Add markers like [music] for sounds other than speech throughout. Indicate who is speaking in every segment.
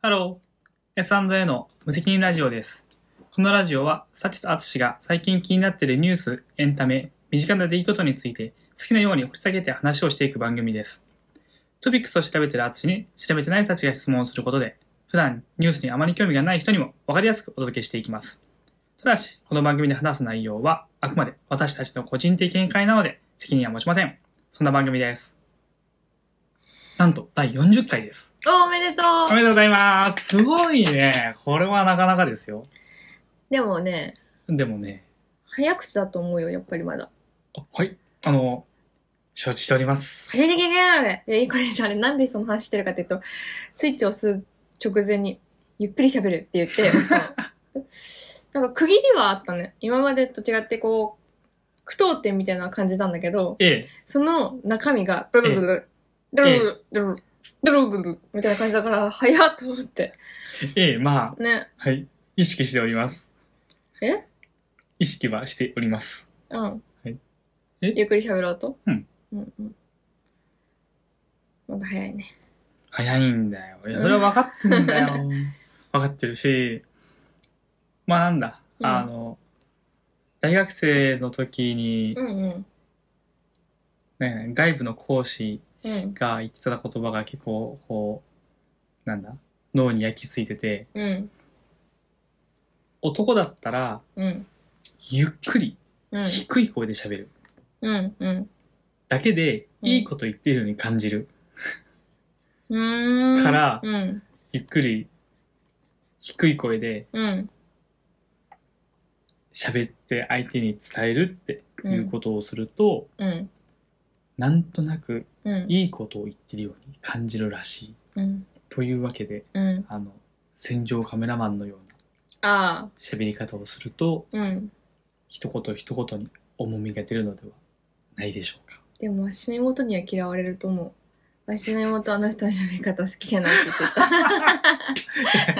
Speaker 1: ハロー。S&A の無責任ラジオです。このラジオは、サチとアツシが最近気になっているニュース、エンタメ、身近な出来事について好きなように掘り下げて話をしていく番組です。トピックスを調べているアツシに調べてないサチが質問をすることで、普段ニュースにあまり興味がない人にも分かりやすくお届けしていきます。ただし、この番組で話す内容は、あくまで私たちの個人的見解なので、責任は持ちません。そんな番組です。なんと、第40回です。
Speaker 2: おめでと
Speaker 1: おめでとうございます。すごいね。これはなかなかですよ。
Speaker 2: うでもね、
Speaker 1: でもね、
Speaker 2: 早口だと思うよ、やっぱりまだ。
Speaker 1: あはい、あの、承知しております。
Speaker 2: 走りきれないで、これじゃあれなんでその話してるかっていうと、スイッチを押す直前に、ゆっくり喋るって言って、押したのなんか区切りはあったね。今までと違ってこう、句読点みたいな感じなんだけど、
Speaker 1: ええ、
Speaker 2: その中身が、ブルブルブ
Speaker 1: ええ
Speaker 2: ル、ドルブルブル、ドルブルブルみたいな感じだから、早っと思って。
Speaker 1: ええ、まあ、
Speaker 2: ね。
Speaker 1: はい、意識しております。
Speaker 2: え
Speaker 1: 意識はしております。
Speaker 2: うん。
Speaker 1: はいえ
Speaker 2: ゆっくり喋ろうと。
Speaker 1: うん。
Speaker 2: うんうん。まだ早いね。
Speaker 1: 早いんだよ。いや、それは分かってるんだよ。 [laughs] 分かってるし、まあなんだ、
Speaker 2: うん
Speaker 1: あの、大学生の時に、
Speaker 2: うんうん。
Speaker 1: ね、外部の講師
Speaker 2: うん。
Speaker 1: が言ってた言葉が結構、こう、なんだ、脳に焼き付いてて、
Speaker 2: うん。
Speaker 1: 男だったら
Speaker 2: うん。
Speaker 1: ゆっくり
Speaker 2: うん。
Speaker 1: 低い声で喋る
Speaker 2: うん。うん。
Speaker 1: だけで
Speaker 2: うん
Speaker 1: いいこと言ってるように感じる、
Speaker 2: うーん。
Speaker 1: から
Speaker 2: うん。
Speaker 1: ゆっくり低い声で
Speaker 2: うん。
Speaker 1: 喋って相手に伝えるって
Speaker 2: う。
Speaker 1: いうんことをすると、
Speaker 2: うん。
Speaker 1: なんとなく
Speaker 2: うん。
Speaker 1: いいことを言ってるように感じるらしい
Speaker 2: うん。
Speaker 1: というわけで
Speaker 2: うん。
Speaker 1: あの戦場カメラマンのような
Speaker 2: ああ。
Speaker 1: 喋り方をすると
Speaker 2: うん。
Speaker 1: 一言一言に重みが出るのではないでしょうか
Speaker 2: [laughs] でも、私の妹には嫌われると思う。私の妹はあの人の喋り方好きじゃないって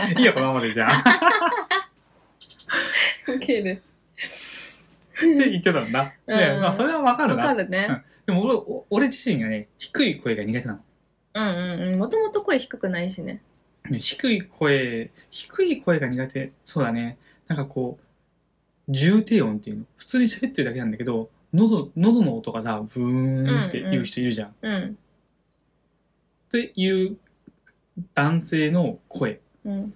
Speaker 2: 言って
Speaker 1: いいよこのままでじゃあ
Speaker 2: た。ウケ
Speaker 1: っ
Speaker 2: る。
Speaker 1: て言ってたんだ、
Speaker 2: うん
Speaker 1: いやまあそれはわか
Speaker 2: わ
Speaker 1: るな
Speaker 2: かるね。
Speaker 1: でも俺お俺自身がね低い声が苦手なの
Speaker 2: うんうんうん。もともと声低くないしね。
Speaker 1: ね低い声低い声が苦手そうだねなんかこう重低音っていうの普通に喋ってるだけなんだけど喉喉の音がさブーンって言う人いるじゃん、
Speaker 2: うん。
Speaker 1: っていう男性の声
Speaker 2: うん。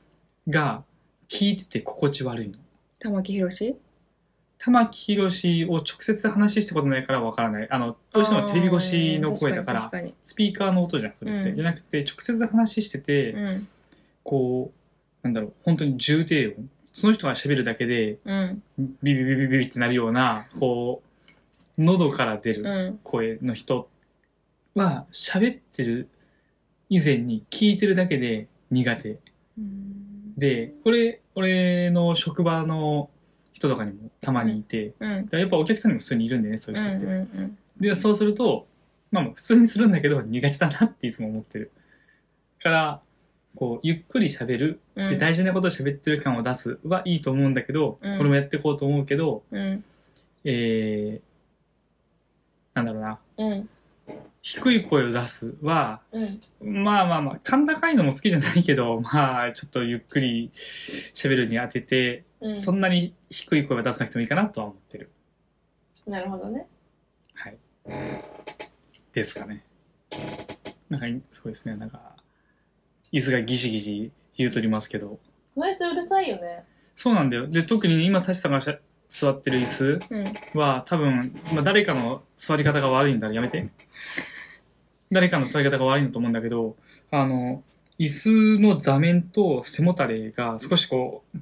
Speaker 1: が聞いてて心地悪いの
Speaker 2: 玉木宏し
Speaker 1: 玉木宏を直接話したことないからわからないあのどうしてもテレビ越しの声だから
Speaker 2: 確かに
Speaker 1: スピーカーの音じゃんそれって、
Speaker 2: うん
Speaker 1: じゃなくて直接話してて、
Speaker 2: 確かに。
Speaker 1: こう、なんだろう、本当に重低音。その人が喋るだけで、
Speaker 2: うん。うん。
Speaker 1: ビビビビビビってなるような、こう、喉から出る
Speaker 2: うん。
Speaker 1: 声の人は、喋ってる以前に聞いてるだけで苦手。
Speaker 2: うん。
Speaker 1: で、これ、俺の職場の人とかにもたまにいて、
Speaker 2: うん。
Speaker 1: でやっぱお客さんにも普通にいるんでね、そういう
Speaker 2: うん。
Speaker 1: 人って。
Speaker 2: うん。
Speaker 1: で、そうすると、まあまあ普通にするんだけど苦手だなっていつも思ってる。から、こう、ゆっくり喋る
Speaker 2: うん。
Speaker 1: で大事なことを喋ってる感を出すはいいと思うんだけど、
Speaker 2: うん
Speaker 1: これもやっていこうと思うけど、
Speaker 2: うん。
Speaker 1: えー、なんだろうな
Speaker 2: うん。
Speaker 1: 低い声を出すは
Speaker 2: うん。
Speaker 1: まあまあまあ甲高いのも好きじゃないけど [laughs] まあちょっとゆっくり喋るに当てて、
Speaker 2: うん。
Speaker 1: そんなに低い声は出さなくてもいいかなとは思ってる
Speaker 2: なるほどね。
Speaker 1: はいですかねなんかそうですねなんか椅子がギシギシ言うとりますけど
Speaker 2: ナイスうるさいよね。
Speaker 1: そうなんだよで特に今サシさんがしゃ座ってる椅子、
Speaker 2: うん。
Speaker 1: は多分、まあ、誰かの座り方が悪いんだらやめて誰かの座り方が悪いんだと思うんだけどあの椅子の座面と背もたれが少しこう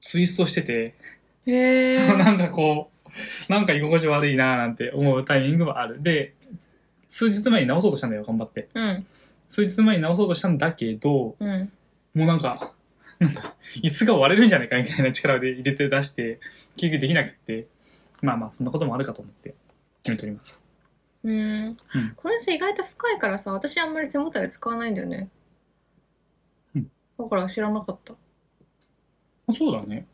Speaker 1: ツイストしてて、 [laughs]
Speaker 2: へ
Speaker 1: な
Speaker 2: え。
Speaker 1: んかこうなんか居心地悪いなーなんて思うタイミングはあるで数日前に直そうとしたんだよ頑張って
Speaker 2: うん。
Speaker 1: 数日前に直そうとしたんだけど
Speaker 2: うん。
Speaker 1: もうなんかなんか椅子が割れるんじゃないかみたいな力で入れて出して結局できなくってまあまあそんなこともあるかと思って決めております
Speaker 2: うん。この人意外と深いからさ、私あんまり背もたれ使わないんだよね。
Speaker 1: うん。
Speaker 2: だから知らなかった。
Speaker 1: あそうだね。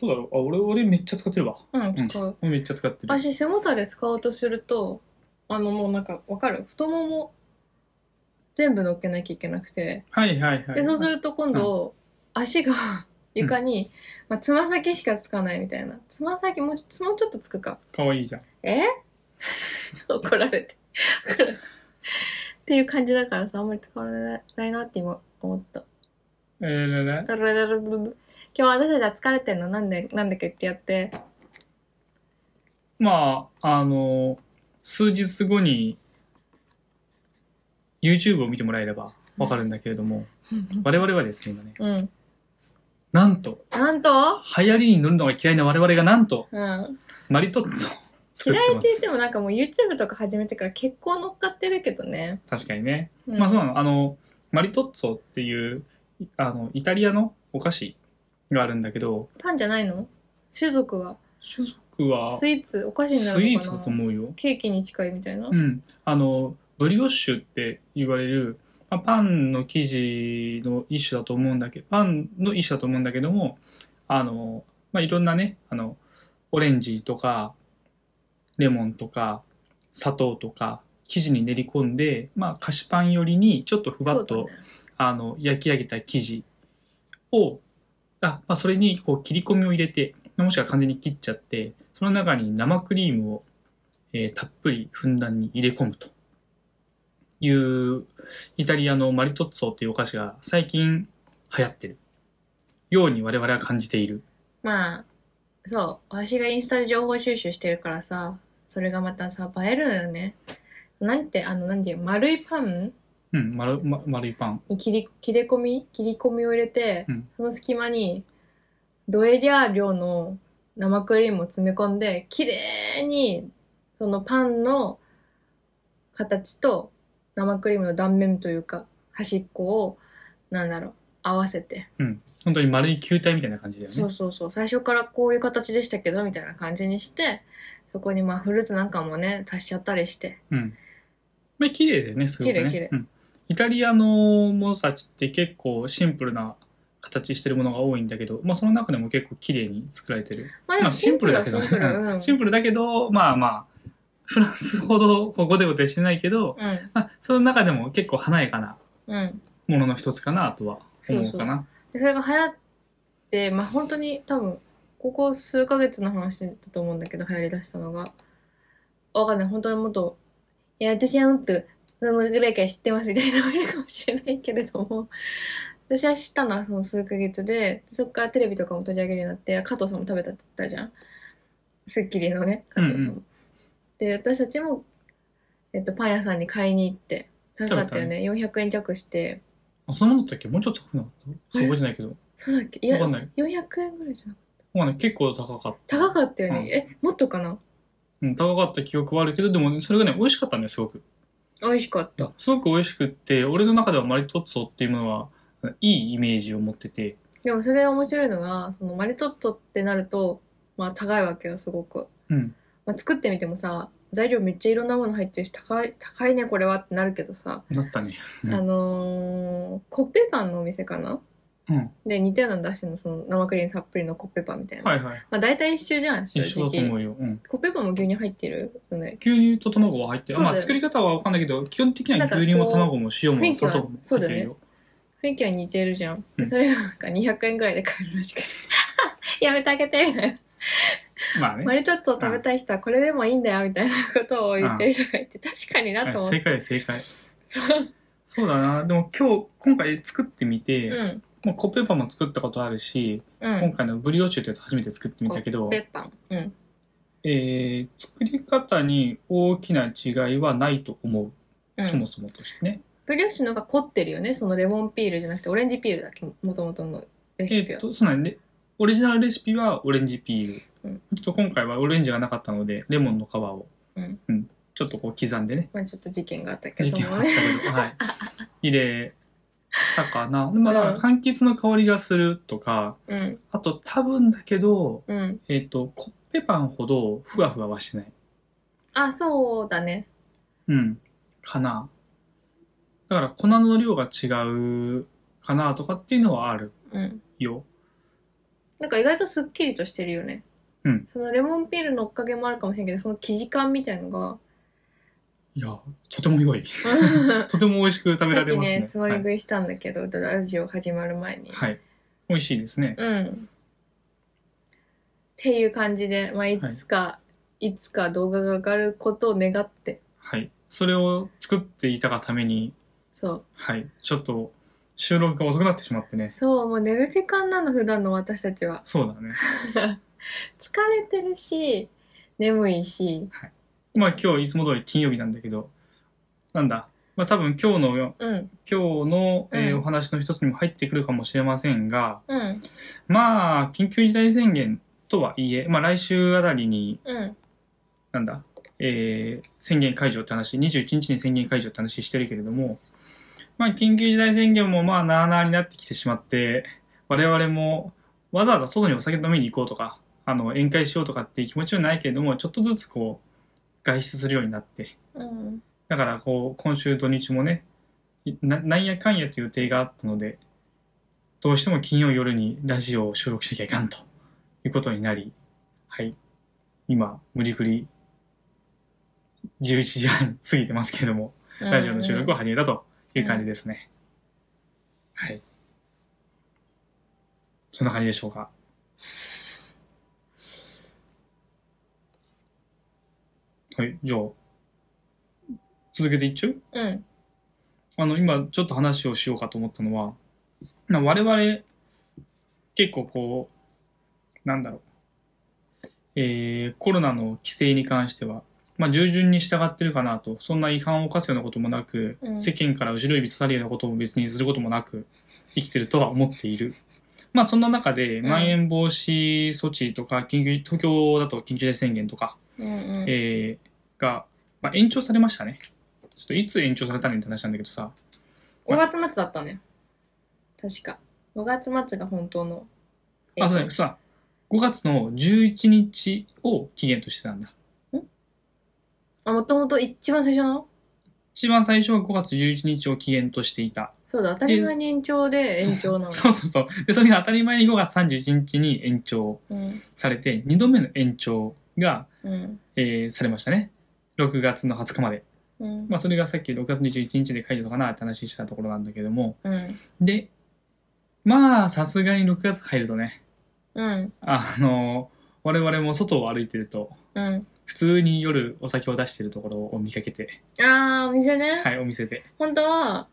Speaker 1: どうだろう。あ、俺、俺めっちゃ使ってるわ。
Speaker 2: うん、使う。
Speaker 1: めっちゃ使ってる。
Speaker 2: 私背もたれ使おうとすると、あのもうなんかわかる太もも、全部乗っけなきゃいけなくて、
Speaker 1: はいはいはい。
Speaker 2: で、そうすると今度、足が床に、まあ、つま先しかつかないみたいな。つま先もう、つもうちょっとつくか。
Speaker 1: かわいいじゃん。
Speaker 2: え [laughs] 怒られて。 [laughs] 怒られてっていう感じだからさ、あんまり使われないなって今思った。
Speaker 1: えー、らら
Speaker 2: 今日私たちは疲れてんのなんで、なんだっけってや [laughs] って。
Speaker 1: まあ、あの、数日後に YouTube を見てもらえればわかるんだけれども、我々はですね、今ね、
Speaker 2: うん。
Speaker 1: なんと、
Speaker 2: なんと
Speaker 1: 流行りに乗るのが嫌いな我々がなんと、
Speaker 2: うん。
Speaker 1: マリトッツォを作っ
Speaker 2: 嫌
Speaker 1: て
Speaker 2: いっ
Speaker 1: ま
Speaker 2: て言っ
Speaker 1: す。
Speaker 2: てもなんかもう YouTube とか始めてから結構乗っかってるけどね。
Speaker 1: 確かにね。
Speaker 2: うん
Speaker 1: まあそうなの。あの、マリトッツォっていう、あの、イタリアのお菓子があるんだけど、
Speaker 2: パンじゃないの種族は。
Speaker 1: 種族はス
Speaker 2: ス
Speaker 1: イ
Speaker 2: イーツお菓子になる
Speaker 1: ー
Speaker 2: の
Speaker 1: ツ
Speaker 2: か
Speaker 1: だ
Speaker 2: な
Speaker 1: と思うよ。
Speaker 2: ケーキに近いみたいな。
Speaker 1: うん。あの、ブリオッシュって言われる、まあ、パンの生地の一種だと思うんだけど、パンの一種だと思うんだけども、あの、まあ、いろんなね、あの、オレンジとか、レモンとか、砂糖とか、生地に練り込んで、まあ、菓子パン寄りにちょっとふわ
Speaker 2: そ
Speaker 1: っ
Speaker 2: うだ
Speaker 1: と、
Speaker 2: ね。
Speaker 1: あの、焼き上げた生地を、あ、まあ、それにこう切り込みを入れて、もしくは完全に切っちゃって、その中に生クリームを、えーたっぷりふんだんに入れ込むという、イタリアのマリトッツォというお菓子が最近流行ってるように我々は感じている。
Speaker 2: まあ、そう。私がインスタで情報収集してるからさ、それがまたさ、映えるのよね。なんて、あの、なんていうの丸いパン
Speaker 1: うん、丸、ま、丸いパン。
Speaker 2: に切り切れ込み切り込みを入れて、
Speaker 1: うん
Speaker 2: その隙間にドエリャー量の生クリームを詰め込んで綺麗にそのパンの形と生クリームの断面というか端っこをなんだろう合わせて、
Speaker 1: 本当に丸い球体みたいな感じだよね。
Speaker 2: そうそうそう最初からこういう形でしたけどみたいな感じにしてそこにまあフルーツなんかもね足しちゃったりして
Speaker 1: うん。まあ、綺麗だよね、すごくね。
Speaker 2: 綺麗綺麗
Speaker 1: うん。イタリアのものたちって結構シンプルな形してるものが多いんだけど、まあ、その中でも結構綺麗に作られてる。
Speaker 2: まあで
Speaker 1: ま
Speaker 2: も
Speaker 1: あ、シンプルだ
Speaker 2: は
Speaker 1: けどね
Speaker 2: シンプル、うん
Speaker 1: シンプルだけど、まあまあ、フランスほどこうゴテゴテしてないけど、まあ、その中でも結構華やかな
Speaker 2: うんうん
Speaker 1: ものの一つかなとは思うかな。
Speaker 2: でそれが流行ってまあ本当に多分ここ数ヶ月の話だと思うんだけど流行りだしたのがわかんない本当にもっといや私はもっとそのぐらいから知ってますみたいなのがいるかもしれないけれども私は知ったのはその数ヶ月でそこからテレビとかも取り上げるようになって加藤さんも食べたって言ったじゃん『スッキリ』のね加藤さんも。
Speaker 1: うんう
Speaker 2: で私たちも、えっと、パン屋さんに買いに行って高かったよね400円弱して。
Speaker 1: あそのものだったっけもうちょっと高くなかった
Speaker 2: あれ
Speaker 1: 覚えてないけど。
Speaker 2: そうだっけいや、
Speaker 1: わかんない
Speaker 2: 400円ぐらいじゃん。
Speaker 1: まあね、結構高かった。
Speaker 2: 高かったよね。
Speaker 1: うん
Speaker 2: え、もっとかな
Speaker 1: うん、高かった記憶はあるけど、でもねそれがね、美味しかったんだよ、すごく。
Speaker 2: 美味しかった。
Speaker 1: すごく美味しくって、俺の中ではマリトッツォっていうものは、いいイメージを持ってて、
Speaker 2: でもそれが面白いのが、そのマリトッツォってなると、まあ高いわけよ、すごく。
Speaker 1: うん。
Speaker 2: まあ作ってみてもさ、材料めっちゃいろんなもの入ってるし、高い、高いね、これはってなるけどさ、
Speaker 1: だったね。うん
Speaker 2: あのー、コッペパンのお店かな
Speaker 1: うん。
Speaker 2: で、似たようなの出してるの、その生クリームたっぷりのコッペパンみたいな。
Speaker 1: はいはい。
Speaker 2: まあ大体一緒じゃん、正
Speaker 1: 一
Speaker 2: 直。
Speaker 1: 緒だと思うよ。うん。
Speaker 2: コッペパンも牛乳入ってるよね。
Speaker 1: 牛乳と卵は入ってる。
Speaker 2: そうだ
Speaker 1: ま
Speaker 2: よ
Speaker 1: あ作り方はわかんないけど、基本的には牛乳も卵も塩
Speaker 2: なん
Speaker 1: も
Speaker 2: かこう
Speaker 1: 砂糖も
Speaker 2: 雰囲気
Speaker 1: 入
Speaker 2: は
Speaker 1: ってるよ。
Speaker 2: 雰囲気は似てるじゃん。
Speaker 1: うん
Speaker 2: それがなんか200円ぐらいで買えるらしくて。 [laughs] やめてあげてみたいな。
Speaker 1: まあね。
Speaker 2: マリトッツォを食べたい人はこれでもいいんだよみたいなことを言ってる人がいて、確かになと思
Speaker 1: は
Speaker 2: っ
Speaker 1: い
Speaker 2: て。
Speaker 1: 正解正解。
Speaker 2: そう。
Speaker 1: そうだな。でも今日、今回作ってみて、
Speaker 2: うん。
Speaker 1: もうコッペパンも作ったことあるし、
Speaker 2: う
Speaker 1: 今
Speaker 2: ん。
Speaker 1: 回のブリオッシュってやつ初めて作ってみたけど、
Speaker 2: ペッパン。うん。
Speaker 1: えー、作り方に大きな違いはないと思
Speaker 2: う
Speaker 1: う。
Speaker 2: ん、
Speaker 1: そもそもとしてね。
Speaker 2: ブリオッシュのが凝ってるよね。そのレモンピールじゃなくてオレンジピールだっけもともとのレ
Speaker 1: え
Speaker 2: シピ
Speaker 1: っ
Speaker 2: は。
Speaker 1: と、そうなんで、オリジナルレシピはオレンジピール。
Speaker 2: うん
Speaker 1: ちょっと今回はオレンジがなかったので、レモンの皮を、
Speaker 2: うん
Speaker 1: ちょっとこう刻んでね、
Speaker 2: まあちょっと事件があったけ
Speaker 1: 入れ
Speaker 2: ど
Speaker 1: てもら
Speaker 2: も
Speaker 1: った
Speaker 2: ね。
Speaker 1: けど、
Speaker 2: [laughs]
Speaker 1: はい、入れたかな。まあ、だから柑橘の香りがするとか、
Speaker 2: うん。
Speaker 1: あと多分だけど、
Speaker 2: うん。
Speaker 1: えっ、と、コッペパンほどふわふわはしてない。
Speaker 2: あ、そうだね。
Speaker 1: うん。かな。だから粉の量が違うかなとかっていうのはある
Speaker 2: うん。
Speaker 1: よ。
Speaker 2: なんか意外とすっきりとしてるよね。
Speaker 1: うん
Speaker 2: そのレモンピールのおかげもあるかもしれんけど、その生地感みたいのが、
Speaker 1: いや、とても
Speaker 2: [laughs]
Speaker 1: 良い。とても美味しく食べられますね。
Speaker 2: さっきね、つまみ食いしたんだけど、ラジオ始まる前に。
Speaker 1: はい。はい美味しいですね。
Speaker 2: うん。っていう感じで、まあ、いつか、い、つか動画が上がることを願って、
Speaker 1: はい。それを作っていたがために、
Speaker 2: そう。
Speaker 1: はい。ちょっと、収録が遅くなってしまってね。
Speaker 2: そう、もう寝る時間なの、普段の私たちは。
Speaker 1: そうだね。
Speaker 2: 疲れてるし、眠いし、
Speaker 1: まあ今日いつも通り金曜日なんだけど、なんだ。まあ多分今日のよ、
Speaker 2: うん、
Speaker 1: 今日の、えー
Speaker 2: うん
Speaker 1: お話の一つにも入ってくるかもしれませんが、
Speaker 2: うん、
Speaker 1: まあ、緊急事態宣言とはいえ、まあ来週あたりに、
Speaker 2: うん、
Speaker 1: なんだ、えー宣言解除って話、21日に宣言解除って話してるけれども、まあ、緊急事態宣言もまあ、なあなあになってきてしまって、我々もわざわざ外にお酒飲みに行こうとか、あの、宴会しようとかっていう気持ちはないけれども、ちょっとずつこう、外出するようになって、
Speaker 2: うん、
Speaker 1: だからこう、今週土日もね、いななんやかんやという予定があったので、どうしても金曜夜にラジオを収録しなきゃいかんということになり、はい。今、無理くり11時半過ぎてますけれども、ラジオの収録を始めたという感じですね。はい。そんな感じでしょうか。はい、じゃあ、続けていっちゃう
Speaker 2: うん、
Speaker 1: あの、今ちょっと話をしようかと思ったのは、な我々、結構こう、なんだろう、えー、コロナの規制に関しては、まあ、従順に従ってるかなと、そんな違反を犯すようなこともなく、
Speaker 2: うん
Speaker 1: 世間から後ろ指さされるようなことも別にすることもなく、生きてるとは思っている。まあ、そんな中で、
Speaker 2: ん
Speaker 1: まん延防止措置とか、緊急、東京だと緊急事態宣言とか、
Speaker 2: うん、うん、
Speaker 1: えーが、まあ、延長されましたね。ちょっといつ延長されたねって話なんだけどさ、
Speaker 2: 5月末だったね。確か。5月末が本当の。
Speaker 1: あ、そうだね。さ、5月の11日を期限としてたんだ。
Speaker 2: あ、もともと一番最初の
Speaker 1: 一番最初は5月11日を期限としていた。
Speaker 2: そうだ、当たり前に延長で延長なの。
Speaker 1: そうそうそう。で、それが当たり前に5月31日に延長
Speaker 2: うん、
Speaker 1: されて、2度目の延長が、
Speaker 2: うん、
Speaker 1: えーされましたね。6月の20日まで。
Speaker 2: うん、
Speaker 1: まあ、それがさっき6月21日で解除かなって話したところなんだけども。
Speaker 2: うん、
Speaker 1: で、まあ、さすがに6月入るとね、
Speaker 2: うん、
Speaker 1: あの、我々も外を歩いてると、
Speaker 2: うん。
Speaker 1: 普通に夜お酒を出してるところを見かけて、
Speaker 2: あー、お店ね。
Speaker 1: はい、お店で。
Speaker 2: 本当は、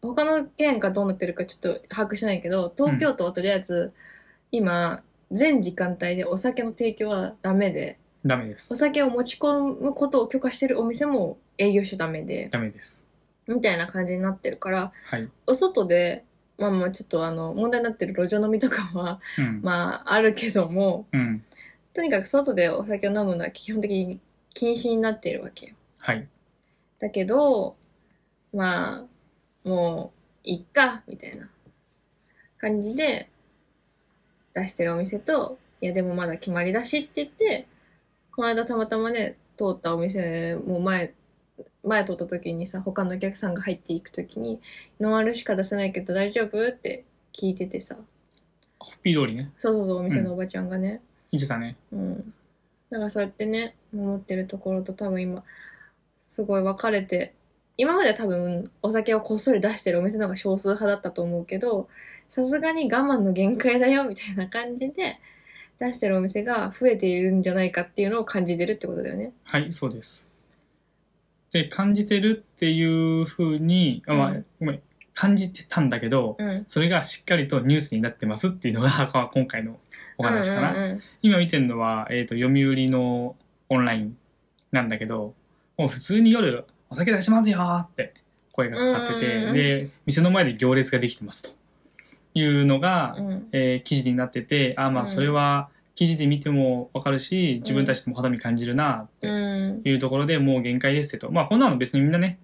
Speaker 2: 他の県がどうなってるかちょっと把握してないけど、東京都はとりあえず、今、全時間帯でお酒の提供はダメで、
Speaker 1: ダメです
Speaker 2: お。酒を持ち込むことを許可してるお店も営業しちゃダメで、
Speaker 1: ダメです。
Speaker 2: みたいな感じになってるから、
Speaker 1: はい。
Speaker 2: お外で、まあまあちょっとあの、問題になってる路上飲みとかは、
Speaker 1: うん。
Speaker 2: まああるけども、
Speaker 1: うん。
Speaker 2: とにかく外でお酒を飲むのは基本的に禁止になっているわけよ。
Speaker 1: はい。
Speaker 2: だけど、まあ、もう、いっか、みたいな感じで、出してるお店と、いや、でもまだ決まりだしって言って、この間たまたまね、通ったお店も前、前通った時にさ、他のお客さんが入っていく時に、ノンアルしか出せないけど大丈夫って聞いててさ、
Speaker 1: ホッピー通りね。
Speaker 2: そうそうそう、お店のおばちゃんがね、
Speaker 1: 言ってたね。
Speaker 2: うん。だからそうやってね、守ってるところと多分今、すごい分かれて、今までは多分お酒をこっそり出してるお店の方が少数派だったと思うけど、さすがに我慢の限界だよみたいな感じで、出してるお店が増えているんじゃないかっていうのを感じてるってことだよね。
Speaker 1: はい、そうです。で、感じてるっていうふうに、あまあ
Speaker 2: うん、
Speaker 1: ごめん。感じてたんだけど、
Speaker 2: うん。
Speaker 1: それがしっかりとニュースになってますっていうのが、 [laughs] まあ今回のお話かな。
Speaker 2: うんうん
Speaker 1: 今見てるのは、えっ、と、読売のオンラインなんだけど、もう普通に夜、お酒出しますよーって声がかかって
Speaker 2: うんうん
Speaker 1: て、
Speaker 2: うん
Speaker 1: で、店の前で行列ができてますというのが、
Speaker 2: うん。うん
Speaker 1: えー記事になっててあーま
Speaker 2: う
Speaker 1: あ
Speaker 2: ん
Speaker 1: それは記事で見てもわかるし、自分たちでも肌身感じるなっ
Speaker 2: うん。
Speaker 1: ていうところでもう限界ですってとまあこんなの別にみんなね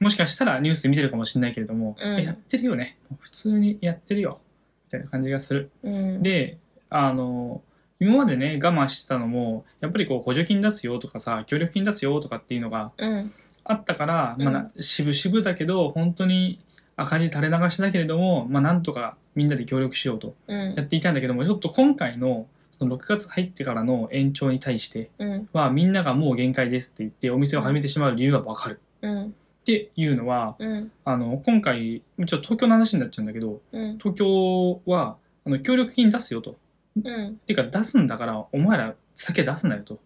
Speaker 1: もしかしたらニュースで見てるかもしれないけれども、
Speaker 2: うん
Speaker 1: やってるよね普通にやってるよみたいな感じがする。
Speaker 2: うん、
Speaker 1: であの今までね我慢してたのもやっぱりこう補助金出すよとかさ協力金出すよとかっていうのが
Speaker 2: うん。
Speaker 1: あったから、まあな、渋々だけど本当に赤字垂れ流しだけれども、まあ、なんとかみんなで協力しようと
Speaker 2: うん。
Speaker 1: やっていたんだけどもちょっと今回のその6月入ってからの延長に対して
Speaker 2: うん。
Speaker 1: は、みんながもう限界ですって言って、お店をはめてしまう理由はわかる。
Speaker 2: うん。
Speaker 1: っていうのは、
Speaker 2: うん。
Speaker 1: あの、今回、ちょっと東京の話になっちゃうんだけど、
Speaker 2: うん。
Speaker 1: 東京は、あの、協力金出すよと。
Speaker 2: うん。
Speaker 1: てか出すんだからお前ら酒出すなよと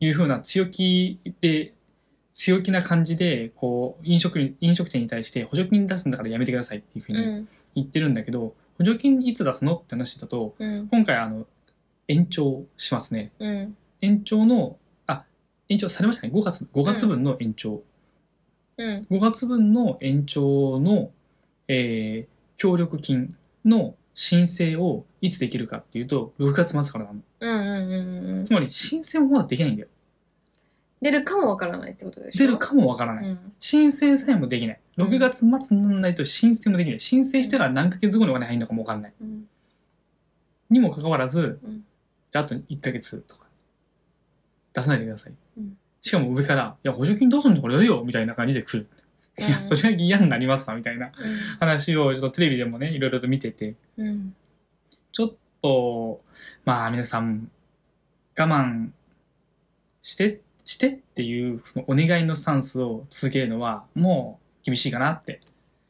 Speaker 1: いうふうな強気で強気な感じでこう飲食飲食店に対して補助金出すんだからやめてくださいっていうふう
Speaker 2: う
Speaker 1: に
Speaker 2: ん。
Speaker 1: 言ってるんだけど、補助金いつ出すのって話だと
Speaker 2: うん。
Speaker 1: 今回あの延長しますね
Speaker 2: うん。
Speaker 1: 延長のあ延長されましたね5月5月分の延長、
Speaker 2: うん。
Speaker 1: 5月分の延長の、えー協力金の申請をいつできるかっていうと6月末からなの
Speaker 2: うんうんうんうん
Speaker 1: つまり申請もまだできないんだよ
Speaker 2: 出るかもわからないってことでしょ
Speaker 1: 出るかもわから
Speaker 2: う
Speaker 1: ない、
Speaker 2: ん
Speaker 1: 申請さえもできない
Speaker 2: うん
Speaker 1: 6月末にならないと申請もできない申請したら何ヶ月後にお金入るのかもわかんない
Speaker 2: うん
Speaker 1: にもかかわらず、
Speaker 2: うん
Speaker 1: じゃああと1ヶ月とか出さないでください、
Speaker 2: うん
Speaker 1: しかも上から「いや補助金どうすんのこれやるよ」みたいな感じで来る、いや
Speaker 2: うん
Speaker 1: それは嫌になりますわみたいな話をちょっとテレビでもねいろいろと見てて
Speaker 2: うん
Speaker 1: ちょっとまあ皆さん我慢してしてっていうそのお願いのスタンスを続けるのはもう厳しいかなって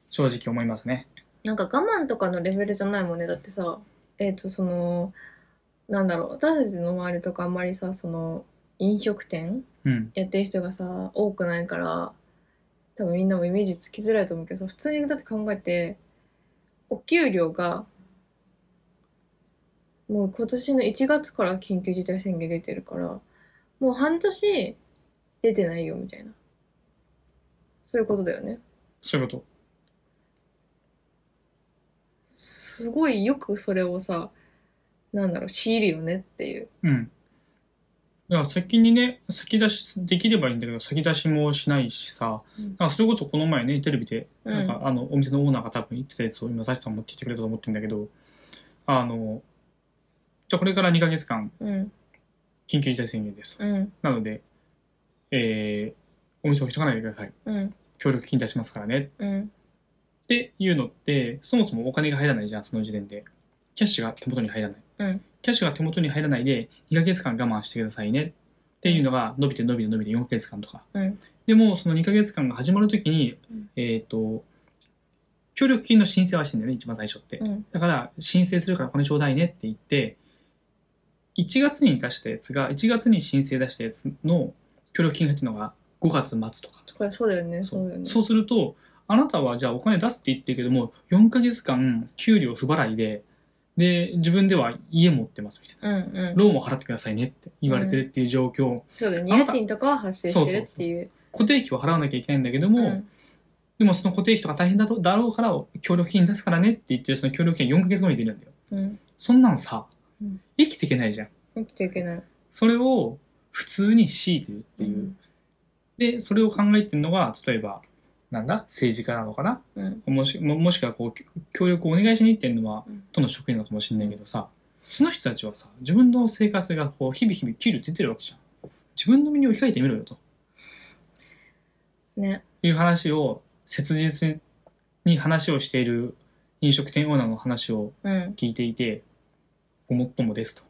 Speaker 1: 正直思いますね。
Speaker 2: なんか我慢とかのレベルじゃないもんねだってさえっ、とそのなんだろう私たちの周りとかあんまりさその飲食店
Speaker 1: うん、
Speaker 2: やってる人がさ多くないから多分みんなもイメージつきづらいと思うけどさ普通にだって考えてお給料がもう今年の1月から緊急事態宣言出てるからもう半年出てないよみたいなそういうことだよね
Speaker 1: そういうこと。
Speaker 2: すごいよくそれをさなんだろう仕入るよねっていう
Speaker 1: うん。だから先にね、先出しできればいいんだけど、先出しもしないしさ、
Speaker 2: うん
Speaker 1: なんかそれこそこの前ね、テレビで、
Speaker 2: うん
Speaker 1: なんかあの、お店のオーナーが多分言ってたやつを今、サシさん持ってきてくれたと思ってんだけど、あの、じゃあこれから2ヶ月間、
Speaker 2: うん
Speaker 1: 緊急事態宣言です。
Speaker 2: うん
Speaker 1: なので、えー、お店を開かないでください。
Speaker 2: うん
Speaker 1: 協力金出しますからね。
Speaker 2: うん
Speaker 1: っていうのって、そもそもお金が入らないじゃん、その時点で。キャッシュが手元に入らない。
Speaker 2: うん
Speaker 1: キャッシュが手元に入らないで、2ヶ月間我慢してくださいね。っていうのが、伸びて伸びて伸びて4ヶ月間とか。
Speaker 2: うん
Speaker 1: でも、その2ヶ月間が始まるときに、
Speaker 2: うん
Speaker 1: えっ、と、協力金の申請はしてんだよね、一番最初って。
Speaker 2: うん
Speaker 1: だから、申請するからお金ちょうだいねって言って、1月に出したやつが、1月に申請出したやつの協力金が入ってるのが5月末とか。
Speaker 2: これそうだよね
Speaker 1: そ
Speaker 2: そうだよ
Speaker 1: う
Speaker 2: ね
Speaker 1: そうすると、あなたはじゃあお金出すって言ってるけども、4ヶ月間給料不払いで、で、自分では家持ってますみたい
Speaker 2: うんうん
Speaker 1: な。ローンを払ってくださいねって言われてるっていう状況。
Speaker 2: そうだよね。
Speaker 1: あな
Speaker 2: 家
Speaker 1: た
Speaker 2: 賃とかは発生してるっていう。
Speaker 1: 固定費は払わなきゃいけないんだけども、
Speaker 2: うん
Speaker 1: でもその固定費とか大変だろだろうから協力金出すからねって言ってるその協力金4ヶ月後に出るんだよ。
Speaker 2: うん。
Speaker 1: そんなんさ
Speaker 2: うん、
Speaker 1: 生きていけないじゃん。
Speaker 2: 生きていけない。っ
Speaker 1: それを普通に強いてるっていう。。で、それを考えてるのが、例えば、なんだ政治家なのかな
Speaker 2: うん。
Speaker 1: もしももしくはこうきょ協力をお願いしに行ってるのは
Speaker 2: うん
Speaker 1: 都の職員なのかもしれないけどさその人たちはさ自分の生活がこう日々日々給料出てるわけじゃん自分の身に置き換えてみろよと
Speaker 2: ね。
Speaker 1: いう話を切実に話をしている飲食店オーナーの話を
Speaker 2: うん。
Speaker 1: 聞いていてごもっともですと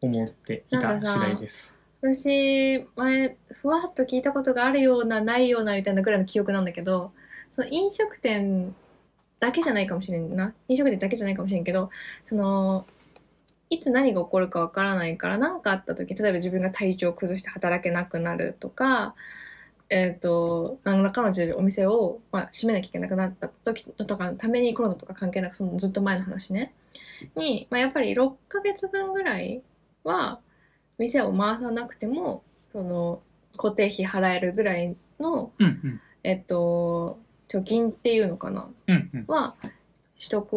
Speaker 1: 思っていた次第です
Speaker 2: 私、前、ふわっと聞いたことがあるような、ないような、みたいなぐらいの記憶なんだけど、その飲食店だけじゃないかもしれんな。飲食店だけじゃないかもしれんけど、その、いつ何が起こるかわからないから、何かあった時、例えば自分が体調を崩して働けなくなるとか、えっ、と、何らかの事情でお店を、まあ、閉めなきゃいけなくなった時とかのためにコロナとか関係なく、そのずっと前の話ね。に、まあ、やっぱり6ヶ月分ぐらいは、店を回さなくても、その、固定費払えるぐらいの、
Speaker 1: うんうん
Speaker 2: えっ、と、貯金っていうのかな
Speaker 1: うんうん
Speaker 2: はしとく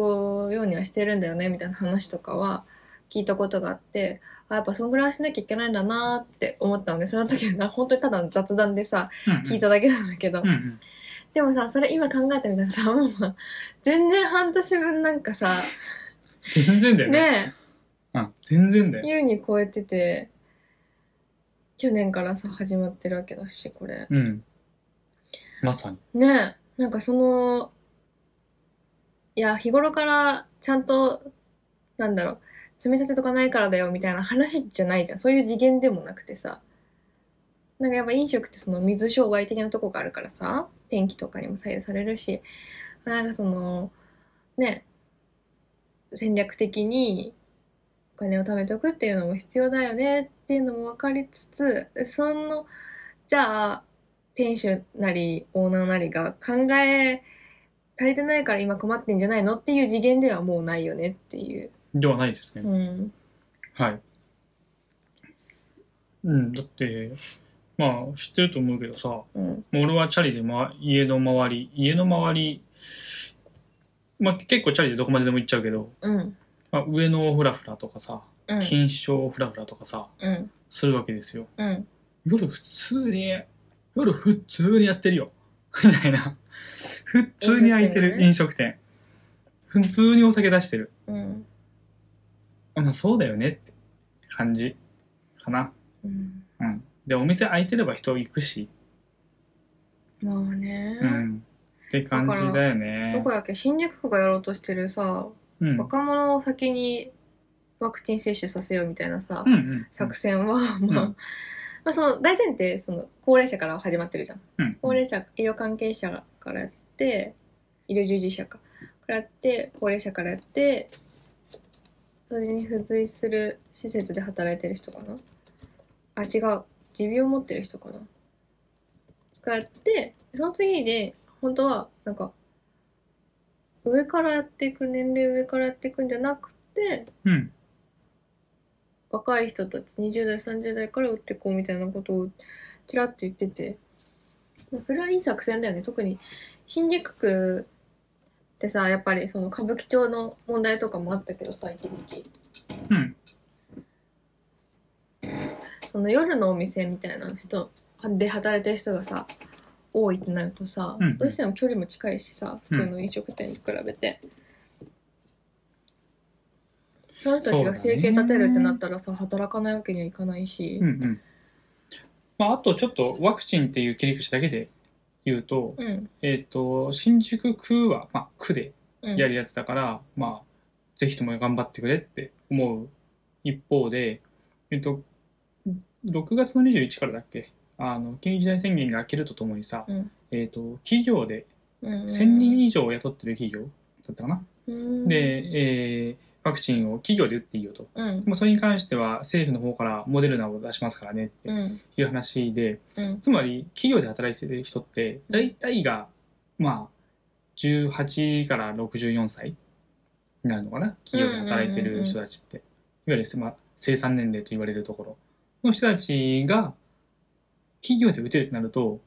Speaker 2: ようにはしてるんだよねみたいな話とかは聞いたことがあってあやっぱそんぐらいはしなきゃいけないんだなって思ったのでその時はな本当にただの雑談でさ
Speaker 1: うんうん
Speaker 2: 聞いただけなんだけど、
Speaker 1: うんうん
Speaker 2: でもさそれ今考えてみたらさ [laughs] もう全然半年分なんかさ
Speaker 1: 全然だよね
Speaker 2: ね
Speaker 1: うん全然だ
Speaker 2: え
Speaker 1: よ
Speaker 2: 優に超えてて去年からさ始まってるわけだしこれ
Speaker 1: うんまさに
Speaker 2: ねえなんかそのいや日頃からちゃんとなんだろう積み立てとかないからだよみたいな話じゃないじゃんそういう次元でもなくてさなんかやっぱ飲食ってその水商売的なとこがあるからさ天気とかにも左右されるしなんかそのね戦略的にお金を貯めておくっていうのも必要だよねっていうのも分かりつつそのじゃあ店主なりオーナーなりが考え足りてないから今困ってんじゃないのっていう次元ではもうないよねっていう。
Speaker 1: ではないですね。
Speaker 2: うん。
Speaker 1: はい。うん、だって、まあ知ってると思うけどさ、も
Speaker 2: うん。
Speaker 1: う俺はチャリで、ま、家の周り、家の周り、まあ結構チャリでどこまででも行っちゃうけど、
Speaker 2: うん。
Speaker 1: まあ、上野をフラフラとかさ、
Speaker 2: うん。
Speaker 1: 錦糸町をフラフラとかさ、
Speaker 2: うん。
Speaker 1: するわけですよ。
Speaker 2: うん。
Speaker 1: 夜普通に、夜普通にやってるよ。 [laughs] みたいな。普通に開いてる飲
Speaker 2: 飲
Speaker 1: 食店。普通にお酒出してる。
Speaker 2: うん。
Speaker 1: あまあそうだよねって感じかな。
Speaker 2: うん。
Speaker 1: うん。で、お店開いてれば人行くし。
Speaker 2: まあね。
Speaker 1: うん。って感じだよね。
Speaker 2: どこだっけ新宿区がやろうとしてるさ、
Speaker 1: うん。うん
Speaker 2: 若者を先にワクチン接種させようみたいなさ、
Speaker 1: うんうん。
Speaker 2: 作戦は、まあ、
Speaker 1: うん
Speaker 2: まあその大前提その高齢者から始まってるじゃん
Speaker 1: うん。
Speaker 2: 高齢者医療関係者からやって医療従事者かからやって高齢者からやってそれに付随する施設で働いてる人かなあ違う持病を持ってる人かながやってその次で本当はなんか上からやっていく年齢上からやっていくんじゃなくて
Speaker 1: うん。
Speaker 2: 若い人たち20代30代から打ってこうみたいなことをちらっと言っててまあそれはいい作戦だよね特に新宿区ってさやっぱりその歌舞伎町の問題とかもあったけどさ一時期
Speaker 1: うん。
Speaker 2: その夜のお店みたいな人で働いてる人がさ多いってなるとさ、
Speaker 1: うん
Speaker 2: どうしても距離も近いしさ普通の飲食店に比べて、その人たちが生計立てるってなったらさ、働かないわけにはいかないし、
Speaker 1: うん。うん。まああとちょっとワクチンっていう切り口だけで言うと、
Speaker 2: うん
Speaker 1: えっ、と、新宿区は、まあ区で
Speaker 2: うん
Speaker 1: やるやつだから、まあ、ぜひとも頑張ってくれって思う一方で、えっと、6月の21からだっけ、あの、緊急事態宣言が明けるとともにさ、
Speaker 2: うん
Speaker 1: えっと、企業で
Speaker 2: うん
Speaker 1: 1000人以上雇ってる企業だったかな。
Speaker 2: うん
Speaker 1: で、えーワクチンを企業で打っていいよと。
Speaker 2: うん
Speaker 1: まあ、それに関しては政府の方からモデルナを出しますからねって
Speaker 2: うん
Speaker 1: いう話で、
Speaker 2: うん
Speaker 1: つまり企業で働いてる人って大体がまあ18から64歳になるのかな企業で働いてる人たちって、いわゆる、まあ、生産年齢と言われるところの人たちが企業で打てるとなるとも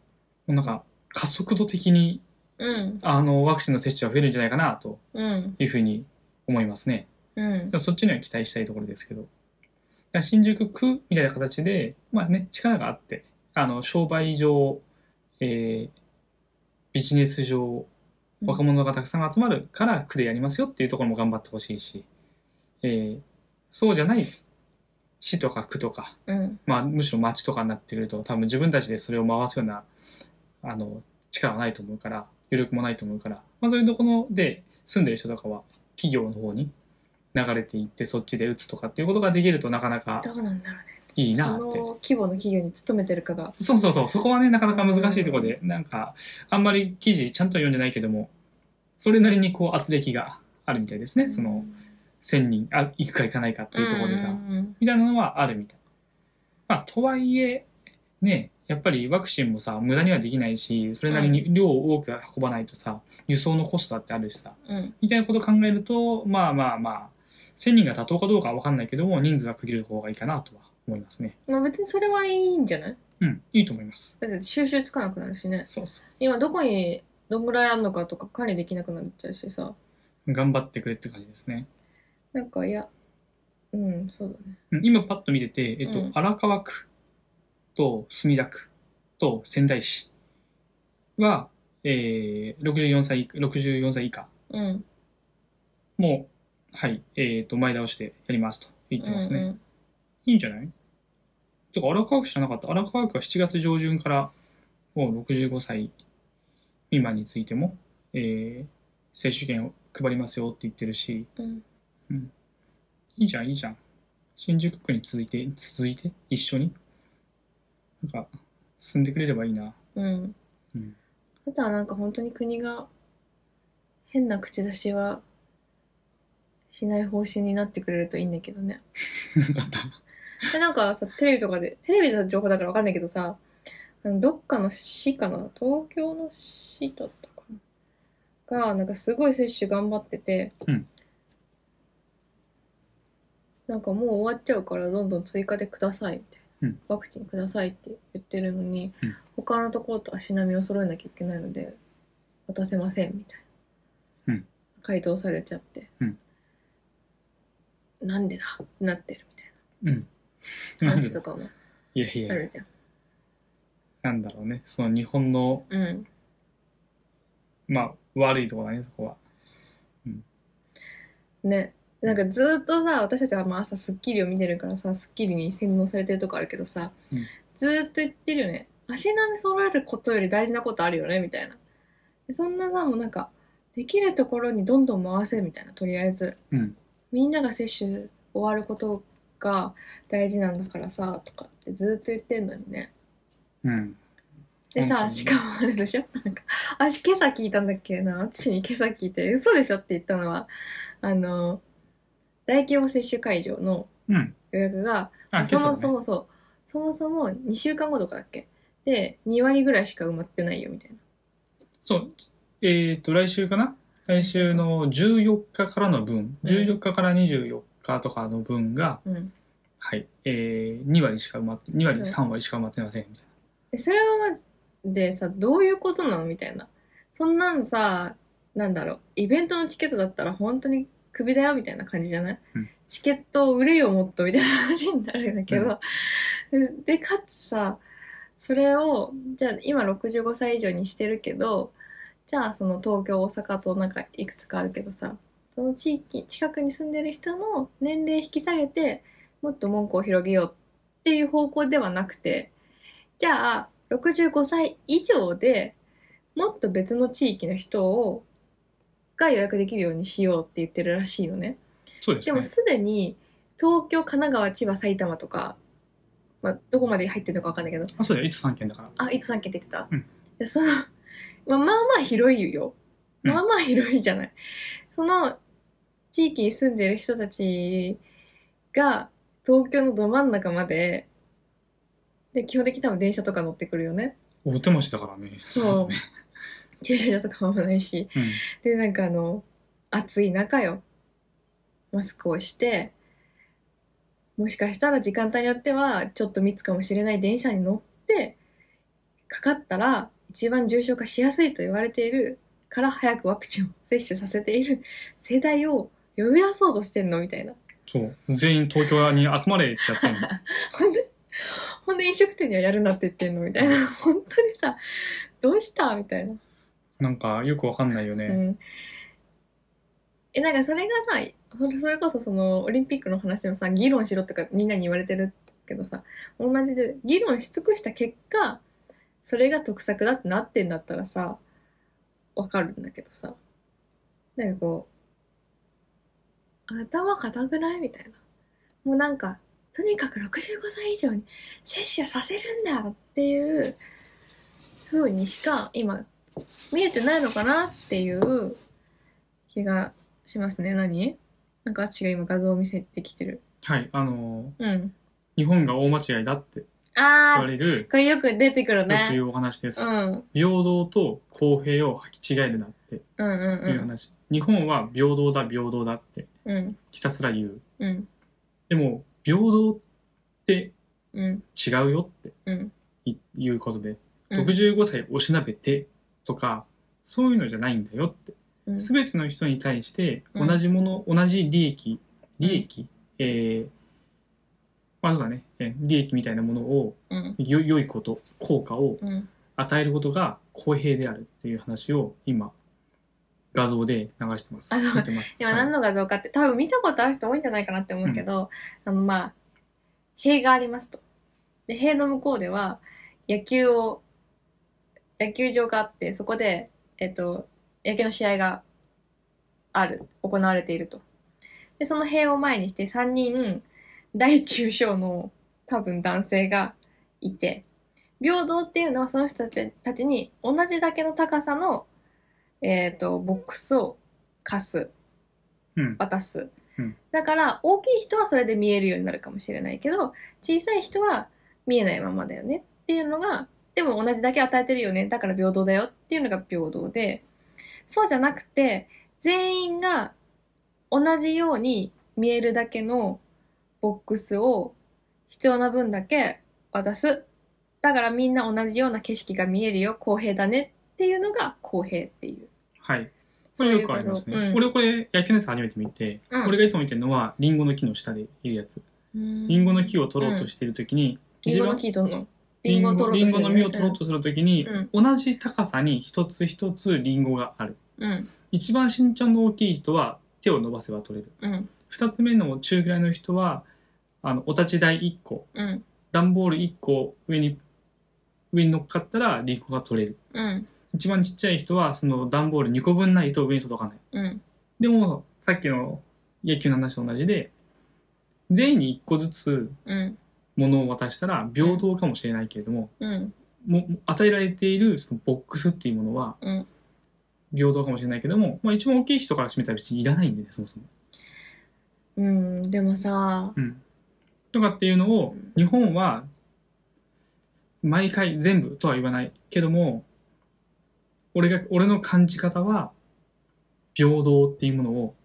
Speaker 1: うなんか加速度的に
Speaker 2: うん
Speaker 1: あのワクチンの接種は増えるんじゃないかなと
Speaker 2: うん
Speaker 1: いうふうに思いますね。
Speaker 2: うん
Speaker 1: そっちには期待したいところですけど。だから新宿区みたいな形で、まあね、力があって、あの、商売上、えービジネス上、若者がたくさん集まるから区でやりますよっていうところも頑張ってほしいし、えーそうじゃない市とか区とか、
Speaker 2: うん
Speaker 1: まあ、むしろ町とかになってくると、多分自分たちでそれを回すような、あの、力はないと思うから、余力もないと思うから、まあ、そういうところで住んでる人とかは、企業の方に流れていって、そっちで打つとかっていうことができるとなかなか
Speaker 2: どうなんだろうね
Speaker 1: いい
Speaker 2: そ
Speaker 1: な
Speaker 2: の
Speaker 1: って。
Speaker 2: 規模の企業に勤めてるかが
Speaker 1: そうそうそう、そこはね、なかなか難しいところで、なんか、あんまり記事ちゃんと読んでないけども、それなりにこう、圧力があるみたいですね。その、1000人、あ、行くか行かないかっていうところでさ。
Speaker 2: うん
Speaker 1: みたいなのはあるみたい。まあ、とはいえ、ね、やっぱりワクチンもさ、無駄にはできないし、それなりに量を多く運ばないとさ、輸送のコストだってあるしさ、
Speaker 2: うん
Speaker 1: みたいなことを考えると、まあまあまあ、1000人が妥当かどうかは分かんないけども、人数は区切る方がいいかなとは思いますね。
Speaker 2: まあ別にそれはいいんじゃない
Speaker 1: うん、いいと思います。
Speaker 2: だって収集つかなくなるしね
Speaker 1: そうそ
Speaker 2: 今どこにどんぐらいあんのかとか管理できなくなっちゃうしさ
Speaker 1: う。頑張ってくれって感じですね。
Speaker 2: なんかいやうんそうだね
Speaker 1: うん今パッと見てて、えっと、
Speaker 2: うん
Speaker 1: 荒川区と墨田区と仙台市は、えー、64歳以下、64歳以下
Speaker 2: うん
Speaker 1: もう、はい、えっ、と、前倒しでやりますと言ってますね。
Speaker 2: うん
Speaker 1: いいんじゃないてか、荒川区じゃなかった。荒川区は7月上旬から、もう65歳未満についても、えー接種券を配りますよって言ってるし、
Speaker 2: うん
Speaker 1: いいじゃん、いいじゃん。新宿区に続いて、続いて、一緒に。なんか、進んでくれればいいな。
Speaker 2: うん。
Speaker 1: うん。
Speaker 2: あとはなんか本当に国が変な口出しはしない方針になってくれるといいんだけどね。
Speaker 1: なかった。
Speaker 2: で、なんかさ、テレビとかで、テレビの情報だからわかんないけどさ、あのどっかの市かな東京の市だったかなが、なんかすごい接種頑張ってて、
Speaker 1: うん
Speaker 2: なんかもう終わっちゃうからどんどん追加でくださいって、
Speaker 1: うん
Speaker 2: ワクチンくださいって言ってるのに、
Speaker 1: うん
Speaker 2: 他のところと足並みを揃えなきゃいけないので、渡せませんみたいな。
Speaker 1: うん
Speaker 2: 回答されちゃって、
Speaker 1: うん
Speaker 2: なんでだってなってるみたいな。
Speaker 1: うん。な
Speaker 2: 感
Speaker 1: ん
Speaker 2: じ
Speaker 1: で
Speaker 2: と
Speaker 1: だ
Speaker 2: かも
Speaker 1: いやい
Speaker 2: あ
Speaker 1: や、
Speaker 2: るじゃん。
Speaker 1: なんだろうね。その日本の、
Speaker 2: うん。
Speaker 1: まあ、悪いところだね、そこは。
Speaker 2: ね。なんかずっとさ、私たちはまあ朝『スッキリ』を見てるからさ、『スッキリ』に洗脳されてるとこあるけどさ、
Speaker 1: うん
Speaker 2: ずーっと言ってるよね。足並み揃えることより大事なことあるよね、みたいな。でそんなさ、もうなんか、できるところにどんどん回せみたいな、とりあえず。
Speaker 1: うん。
Speaker 2: みんなが接種終わることが大事なんだからさ、とかってずーっと言ってんのにね。
Speaker 1: うん。
Speaker 2: で
Speaker 1: 本当
Speaker 2: さ、
Speaker 1: に
Speaker 2: しかもあれでしょなんか、私今朝聞いたんだっけな、私に今朝聞いて、嘘でしょって言ったのは、あの、大規模接種会場の
Speaker 1: うん。
Speaker 2: 予約が、
Speaker 1: あ、
Speaker 2: そ
Speaker 1: 今
Speaker 2: も
Speaker 1: 朝
Speaker 2: そ
Speaker 1: だね。
Speaker 2: もそう、そもそも2週間後とかだっけで、2割ぐらいしか埋まってないよみたいな。
Speaker 1: そう。えっ、と、来週かな来週の14日からの分、
Speaker 2: うん
Speaker 1: 14日から24日とかの分が、
Speaker 2: うん。
Speaker 1: はい、えー、2割しか埋まって、2割、
Speaker 2: うん
Speaker 1: 3割しか埋まってません、みたい
Speaker 2: えそれはまでさ、どういうことなのみたいな。そんなんさ、なんだろう、イベントのチケットだったら本当にクビだよみたいな感じじゃない、
Speaker 1: うん
Speaker 2: チケットを売れよもっとみたいな話になるんだけど、 [laughs] で、かつさ、それを、じゃあ今65歳以上にしてるけど、じゃあその東京、大阪となんかいくつかあるけどさ、その地域、近くに住んでる人の年齢引き下げて、もっと文句を広げようっていう方向ではなくて、じゃあ、65歳以上でもっと別の地域の人をが予約できるようにしようって言ってるらしいのね。
Speaker 1: な。そうです
Speaker 2: で
Speaker 1: ね
Speaker 2: も。すでに東京、神奈川、千葉、埼玉とか、まあ、どこまで入ってるのかわかんないけど、
Speaker 1: あ、そうだよ、1都3県だから。
Speaker 2: あ、1都3県って言ってた、
Speaker 1: うん
Speaker 2: でその、 [laughs] まあ、まあまあ広いよ。
Speaker 1: うん
Speaker 2: まあまあ広いじゃない。その地域に住んでる人たちが東京のど真ん中まで、で、基本的に多分電車とか乗ってくるよね。
Speaker 1: 大手町だからね。
Speaker 2: そう
Speaker 1: [laughs] だね。
Speaker 2: 駐車場とかもないし。
Speaker 1: うん。
Speaker 2: で、なんかあの、暑い中よ。マスクをして、もしかしたら時間帯によっては、ちょっと密かもしれない電車に乗って、かかったら、一番重症化しやすいと言われているから、早くワクチンを接種させている世代を呼び出そうとしてんのみたいな。
Speaker 1: そう。全員東京に集まれってやったの。
Speaker 2: [laughs] ほんで、ほんで飲食店にはやるなって言ってんのみたいな。本当にさ、どうしたみたいな。
Speaker 1: なんか、よくわかんないよね。
Speaker 2: うん、えなんかそれがさほんとそれこそそのオリンピックの話でもさ議論しろとかみんなに言われてるけどさ同じで議論し尽くした結果それが得策だってなってんだったらさわかるんだけどさなんかこう頭固くないみたいなもうなんかとにかく65歳以上に接種させるんだっていう風にしか今見えてないのかなっていう気がしますね。何なんかあっちが今画像を見せてきてる。
Speaker 1: はい、あの、
Speaker 2: うん。
Speaker 1: 日本が大間違いだって言
Speaker 2: あ
Speaker 1: わ
Speaker 2: ー、
Speaker 1: れる、
Speaker 2: これよく出てくる
Speaker 1: よく言
Speaker 2: ね。
Speaker 1: うお話です。
Speaker 2: うん。
Speaker 1: 平等と公平を履き違えるなって
Speaker 2: うんうん
Speaker 1: いう話。日本は平等だ、平等だって
Speaker 2: うん。うん。
Speaker 1: ひたすら言う。
Speaker 2: うん。
Speaker 1: でも、平等って
Speaker 2: うん。
Speaker 1: 違うよって
Speaker 2: うん。
Speaker 1: いいうことで、
Speaker 2: うん
Speaker 1: 65歳おしなべてとか、そういうのじゃないんだよって。
Speaker 2: うん
Speaker 1: すべての人に対して
Speaker 2: うん
Speaker 1: 同じもの、同じ利益、
Speaker 2: うん
Speaker 1: 利益、えーまあそうだね、えー利益みたいなものを、
Speaker 2: うん。
Speaker 1: よ良いこと、効果を
Speaker 2: うん。
Speaker 1: 与えることが公平であるっていう話を今、画像で流してます。
Speaker 2: あそう
Speaker 1: 見てます。
Speaker 2: 今何
Speaker 1: はい
Speaker 2: の画像かって多分見たことある人多いんじゃないかなって思うけど、あのまあ、塀がありますと。で、塀の向こうでは野球を、野球場があって、そこで、えっと、野球の試合がある、行われていると。で、その塀を前にして3人、大中小の多分男性がいて、平等っていうのはその人たちたちに同じだけの高さの、えっ、と、ボックスを貸す。
Speaker 1: うん
Speaker 2: 渡す。
Speaker 1: うん
Speaker 2: だから、大きい人はそれで見えるようになるかもしれないけど、小さい人は見えないままだよねっていうのが、でも同じだけ与えてるよね。だから平等だよっていうのが平等で、そうじゃなくて、全員が同じように見えるだけのボックスを必要な分だけ渡す。だからみんな同じような景色が見えるよ。公平だねっていうのが公平っていう。
Speaker 1: はい。これよくありますね。
Speaker 2: そういうこと
Speaker 1: 俺これ野球のやつ初めて見て、
Speaker 2: うん
Speaker 1: 俺がいつも見てるのはリンゴの木の下でいるやつ。リンゴの木を取ろうとしてるときに、
Speaker 2: リンゴ
Speaker 1: 一
Speaker 2: の
Speaker 1: 番
Speaker 2: 木取るの
Speaker 1: リンゴ
Speaker 2: を
Speaker 1: リンゴの実を
Speaker 2: 取
Speaker 1: 取ろうとするときに、同じ高さに一つ一つリンゴがある。
Speaker 2: うんうん
Speaker 1: 一番身長の大きい人は手を伸ばせば取れる。
Speaker 2: うん
Speaker 1: 二つ目の中ぐらいの人は、あの、お立ち台一個、
Speaker 2: うん
Speaker 1: 段ボール一個上に、上に乗っかったらリンゴが取れる。
Speaker 2: うん
Speaker 1: 一番ちっちゃい人はその段ボール2個分ないと上に届かない。
Speaker 2: うん
Speaker 1: でも、さっきの野球の話と同じで、全員に1個ずつ
Speaker 2: うん
Speaker 1: 物を渡したら平等かもしれないけれども、
Speaker 2: うん
Speaker 1: も与えられているそのボックスっていうものは
Speaker 2: うん
Speaker 1: 平等かもしれないけども、まあ、一番大きい人から占めたら別にいらないんでね、そもそも。
Speaker 2: うんでもさ
Speaker 1: うん。とかっていうのを、日本は、毎回全部とは言わないけども、俺が、俺の感じ方は、平等っていうものを、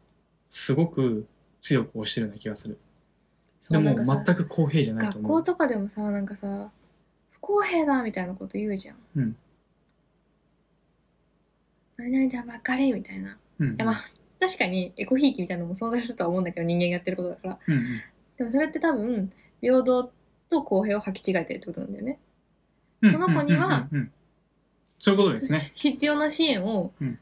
Speaker 1: すごく強く推してるような気がする。
Speaker 2: そ
Speaker 1: で
Speaker 2: うな
Speaker 1: も
Speaker 2: んかさ
Speaker 1: 全く公平じゃないと
Speaker 2: 学
Speaker 1: 思
Speaker 2: 校
Speaker 1: う。
Speaker 2: とかでもさなんかさ不公平だみたいなこと言うじゃん
Speaker 1: うん
Speaker 2: 何々ちゃんばっかりみたいな
Speaker 1: うん
Speaker 2: いやまあ確かにエコひいきみたいなのも存在するとは思うんだけど人間がやってることだから
Speaker 1: うんうん
Speaker 2: でもそれって多分平等と公平を履き違えてるってことなんだよね
Speaker 1: うん
Speaker 2: その子には、
Speaker 1: うんうんうんうんそういうことですね。
Speaker 2: 必要な支援を
Speaker 1: うん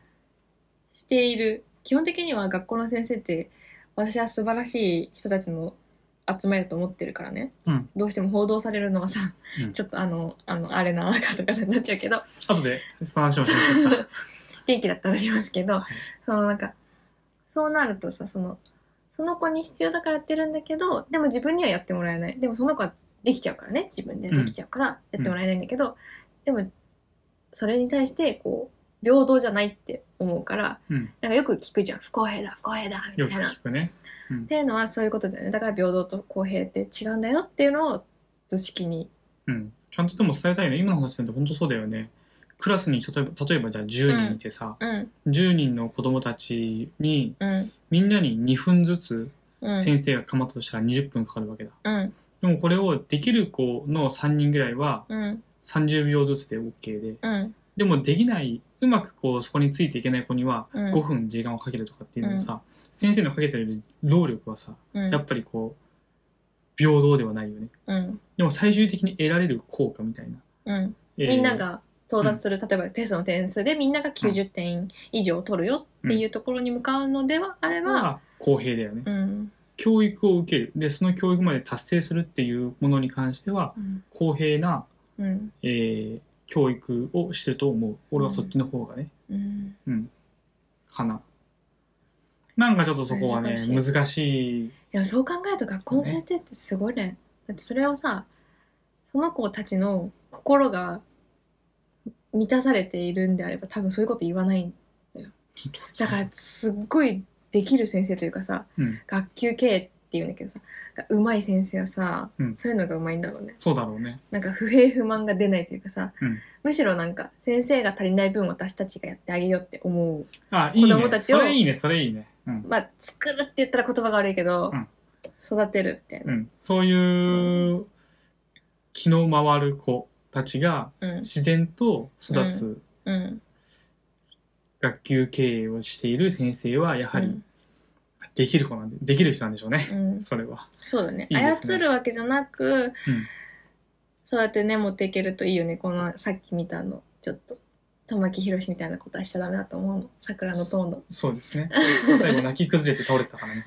Speaker 2: している、基本的には学校の先生って私は素晴らしい人たちの集まりだと思ってるからね、
Speaker 1: うん
Speaker 2: どうしても報道されるのはさ、
Speaker 1: うん
Speaker 2: ちょっとあのあのあれな方々になっちゃうけど
Speaker 1: 後で、その話をしましょうか。
Speaker 2: 元気だったらしますけど、
Speaker 1: い
Speaker 2: そのなんかそうなるとさそのその子に必要だからやってるんだけどでも自分にはやってもらえないでもその子はできちゃうからね自分でできちゃうからやってもらえないんだけど、でもそれに対してこう平等じゃないって思うから [laughs]
Speaker 1: うん。
Speaker 2: なんかよく聞くじゃん不公平だ不公平だみ
Speaker 1: よ
Speaker 2: た
Speaker 1: く
Speaker 2: いな。っ
Speaker 1: 聞くね。
Speaker 2: ていうのはそういうことだよねだから平等と公平って違うんだよっていうのを図式に。
Speaker 1: うん、ちゃんとでも伝えたいよね今の話なんて本当そうだよねクラスに例えば例えばじゃあ10人いてさ、
Speaker 2: うん
Speaker 1: 10人の子供たちに
Speaker 2: うん
Speaker 1: みんなに2分ずつ
Speaker 2: うん
Speaker 1: 先生が構ったとしたら20分かかるわけだ、
Speaker 2: うん
Speaker 1: でもこれをできる子の3人ぐらいは
Speaker 2: うん
Speaker 1: 30秒ずつで OK で
Speaker 2: うん
Speaker 1: でもできないうまくこうそこについていけない子には
Speaker 2: うん
Speaker 1: 5分時間をかけるとかっていうのもさ、先生のかけてる労力はさ
Speaker 2: うん
Speaker 1: やっぱりこう平等ではないよね
Speaker 2: うん
Speaker 1: でも最終的に得られる効果みたいな、
Speaker 2: うん
Speaker 1: えー
Speaker 2: みんなが到達する、例えばテストの点数でみんなが90点以上取るよっていうところに向かうのではあれば、
Speaker 1: は公平だよね、
Speaker 2: うん
Speaker 1: 教育を受けるでその教育まで達成するっていうものに関しては
Speaker 2: うん
Speaker 1: 公平な、
Speaker 2: うん
Speaker 1: えー教育をしてると思う俺はそっちの方がね、
Speaker 2: うん
Speaker 1: かななんかちょっとそこはね難
Speaker 2: 難
Speaker 1: しい
Speaker 2: いやそう考えると学校の先生ってすごいねだってそれをさその子たちの心が満たされているんであれば多分そういうこと言わないだからすっごいできる先生というかさ
Speaker 1: うん
Speaker 2: 学級経営っていうんだけどさがうまい先生はさ、
Speaker 1: うん
Speaker 2: そういうのがうまいんだろうね
Speaker 1: そうだろうね
Speaker 2: なんか不平不満が出ないというかさ、
Speaker 1: うん
Speaker 2: むしろなんか先生が足りない分私たちがやってあげようって思う
Speaker 1: あいい
Speaker 2: 子供
Speaker 1: ね
Speaker 2: たちを
Speaker 1: それいいねそれいいねうん、
Speaker 2: まあ作るって言ったら言葉が悪いけど、
Speaker 1: うん
Speaker 2: 育てるみたいな
Speaker 1: うん、そういう気の回る子たちが
Speaker 2: うん
Speaker 1: 自然と育つ
Speaker 2: うん
Speaker 1: 学級経営をしている先生はやは
Speaker 2: う
Speaker 1: り
Speaker 2: ん
Speaker 1: できる子なんでできる人なんでしょうね、
Speaker 2: うん
Speaker 1: それは
Speaker 2: そうだね
Speaker 1: いいですね
Speaker 2: 操るわけじゃなく、そうやってね持っていけるといいよねこのさっき見たのちょっと玉木宏みたいなことはしちゃダメだと思うの桜のトーンの
Speaker 1: そうですね。 [laughs] 最後泣き崩れて倒れてたからね。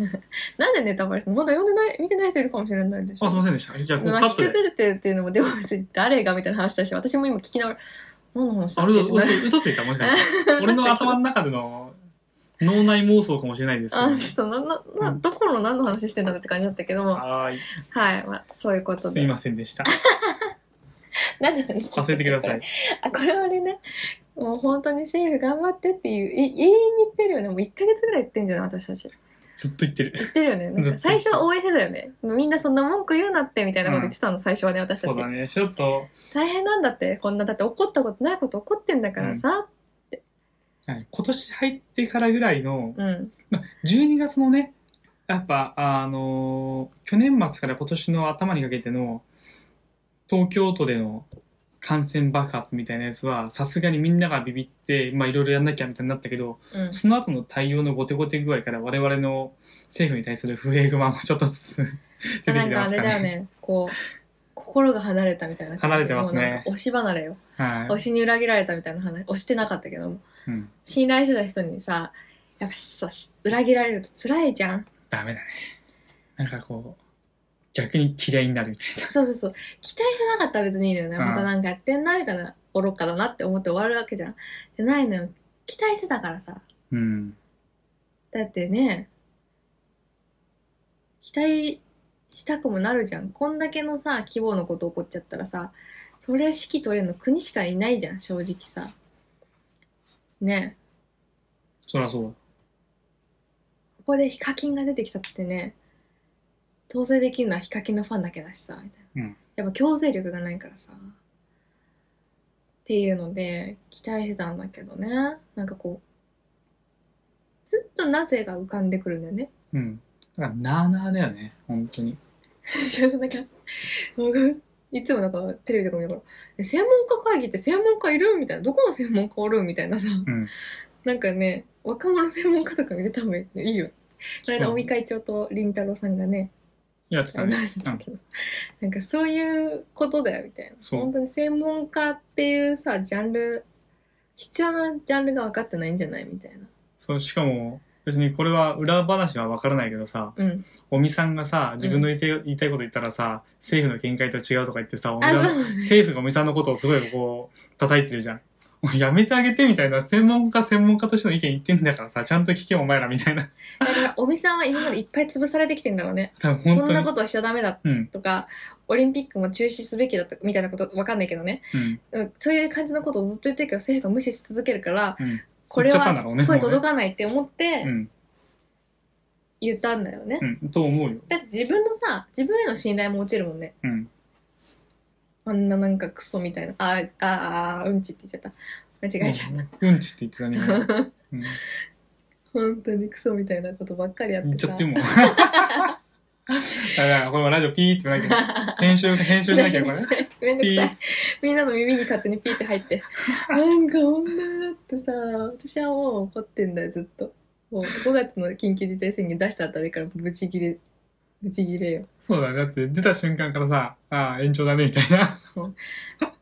Speaker 2: なんでネタバレするのまだ読んでない見てない人いるかもしれないでし
Speaker 1: [laughs]
Speaker 2: ょ
Speaker 1: あ、すいませんでした。じゃあ、こうカ
Speaker 2: 泣
Speaker 1: ッ
Speaker 2: き
Speaker 1: トで。
Speaker 2: 崩れてるっていうのもでも別に誰がみたいな話だし私も今聞きながら何の話だ
Speaker 1: あ
Speaker 2: っ
Speaker 1: れ、
Speaker 2: け
Speaker 1: [laughs] 嘘嘘ついたもしかして。俺の頭の中での脳内妄想かもしれないですけど
Speaker 2: あ、ちょっと、な、な、な、どこの何の話してんだって感じだったけども、は
Speaker 1: はーい。
Speaker 2: い、まあ、そういうこと
Speaker 1: すみ
Speaker 2: で。
Speaker 1: ませんでした。
Speaker 2: なんで話
Speaker 1: 忘れてください。。
Speaker 2: あ、これはあれね、もう本当に政府頑張ってっていう、え、永遠に言ってるよね。もう1ヶ月ぐらい言ってんじゃない私たち。
Speaker 1: ずっと言ってる。
Speaker 2: 言ってるよ [laughs] ね。なん
Speaker 1: ずっ
Speaker 2: か
Speaker 1: と
Speaker 2: 最初は応援してたよね。みんなそんな文句言うなってみたいなこと言ってたの、最初はね、私た
Speaker 1: そう
Speaker 2: ち
Speaker 1: だ。ね。ちょっと、
Speaker 2: 大変なんだって、こんな、だって怒ったことないこと怒ってんだからさ。
Speaker 1: はい今年入ってからぐらいの、
Speaker 2: うん。
Speaker 1: ま、12月のね、やっぱ、あのー去年末から今年の頭にかけての、東京都での感染爆発みたいなやつは、さすがにみんながビビって、まあいろいろやんなきゃみたいになったけど、
Speaker 2: うん。
Speaker 1: その後の対応の後手後手具合から我々の政府に対する不平不満もちょっとずつ [laughs] 出て
Speaker 2: な
Speaker 1: き
Speaker 2: ん
Speaker 1: て
Speaker 2: か
Speaker 1: ま
Speaker 2: あ
Speaker 1: す
Speaker 2: れ
Speaker 1: か
Speaker 2: だ
Speaker 1: ら
Speaker 2: よ
Speaker 1: ね。
Speaker 2: ね、こう、心が離れたみたいな感じ。
Speaker 1: 離れてますね
Speaker 2: もうなんか推し離れよ。
Speaker 1: は
Speaker 2: 推しに裏切られたみたいな話、推してなかったけども。
Speaker 1: い。うん。
Speaker 2: 信頼してた人にさ、やっぱさ、裏切られると辛いじゃん。
Speaker 1: ダメだね。なんかこう、逆に嫌いになるみたい
Speaker 2: そうそうそう。期待してなかったら別にいいのよね。
Speaker 1: うん
Speaker 2: またなんかやってんな、みたいな。愚かだなって思って終わるわけじゃん。じゃないのよ。期待してたからさ。
Speaker 1: な。うん。
Speaker 2: だってね、期待したくもなるじゃん。こんだけのさ、規模のこと起こっちゃったらさ、それ指揮取れるの国しかいないじゃん、正直さ。ね
Speaker 1: そりゃそうだ。
Speaker 2: ここでヒカキンが出てきたってね、統制できるのはヒカキンのファンだけだしさ、みたいな。
Speaker 1: うん
Speaker 2: やっぱ強制力がないからさ。っていうので、期待してたんだけどね。なんかこう、ずっとなぜが浮かんでくるんだよね。
Speaker 1: うん。だから、なあなあだよね。本当に。
Speaker 2: いやなんか、もういつもなんかテレビとか見ながら、え専門家会議って専門家いるみたいな、どこの専門家おるみたいなさ、
Speaker 1: うん。
Speaker 2: なんかね、若者専門家とか見れた方がいいよ。この間、
Speaker 1: そう
Speaker 2: 尾身会長と林太郎さんがね、
Speaker 1: やってた
Speaker 2: [laughs]
Speaker 1: ね。
Speaker 2: 話した時になんかそういうことだよみたいな。
Speaker 1: そう
Speaker 2: 本当に専門家っていうさ、ジャンル、必要なジャンルが分かってないんじゃないみたいな。
Speaker 1: そう、しかも、別にこれは裏話は分からないけどさ、
Speaker 2: うん。
Speaker 1: 尾身さんがさ、自分の言いたい,、言いたいこと言ったらさ、政府の見解と違うとか言ってさ、尾身
Speaker 2: あ、
Speaker 1: さ
Speaker 2: そ
Speaker 1: ん
Speaker 2: う
Speaker 1: の政府が尾身さんのことをすごいこう、叩いてるじゃん。もうやめてあげてみたいな、専門家専門家としての意見言ってんだからさ、ちゃんと聞けお前らみたいな。 [laughs]
Speaker 2: だから、尾身さんは今までいっぱい潰されてきてんだろうね。
Speaker 1: 多分
Speaker 2: そ
Speaker 1: 本
Speaker 2: ん
Speaker 1: 当
Speaker 2: な
Speaker 1: に
Speaker 2: こ。とはしちゃダメだ
Speaker 1: うん、
Speaker 2: とか、オリンピックも中止すべきだとみたいなこと、わかんないけどね。
Speaker 1: うん、
Speaker 2: うんそういう感じのことをずっと言ってるけど、政府が無視し続けるから、
Speaker 1: うん。
Speaker 2: これ
Speaker 1: 言っちゃったんだ
Speaker 2: は
Speaker 1: ろうね。
Speaker 2: 声届
Speaker 1: か
Speaker 2: かないって思って
Speaker 1: うん、
Speaker 2: 言ったんだよね
Speaker 1: う。ん、と思うよ。
Speaker 2: だって自分のさ、自分への信頼も落ちるもんね。
Speaker 1: うん、
Speaker 2: あんななんかクソみたいな、あーあー、あーうんちって言っちゃった。間違えちゃった。
Speaker 1: うんうんちって言ってたね。今
Speaker 2: [laughs] 本当にクソみたいなことばっかりやっ
Speaker 1: うん、言ってちゃっ
Speaker 2: さ。
Speaker 1: て
Speaker 2: [laughs]
Speaker 1: も。だから、これもラジオピーってなき
Speaker 2: [laughs]
Speaker 1: ゃ、編集、編集しなきゃこれ。
Speaker 2: めんど
Speaker 1: ピ
Speaker 2: く
Speaker 1: ー
Speaker 2: さ
Speaker 1: っ
Speaker 2: い
Speaker 1: つって。
Speaker 2: みんなの耳に勝手にピーって入
Speaker 1: [laughs]
Speaker 2: って。なんか女だってさ、私はもう怒ってんだよ、ずっと。もう5月の緊急事態宣言出したあたりからブチギレ、ブチギレよ。
Speaker 1: そうだね。だって出た瞬間からさ、ああ、延長だね、みたいな。
Speaker 2: い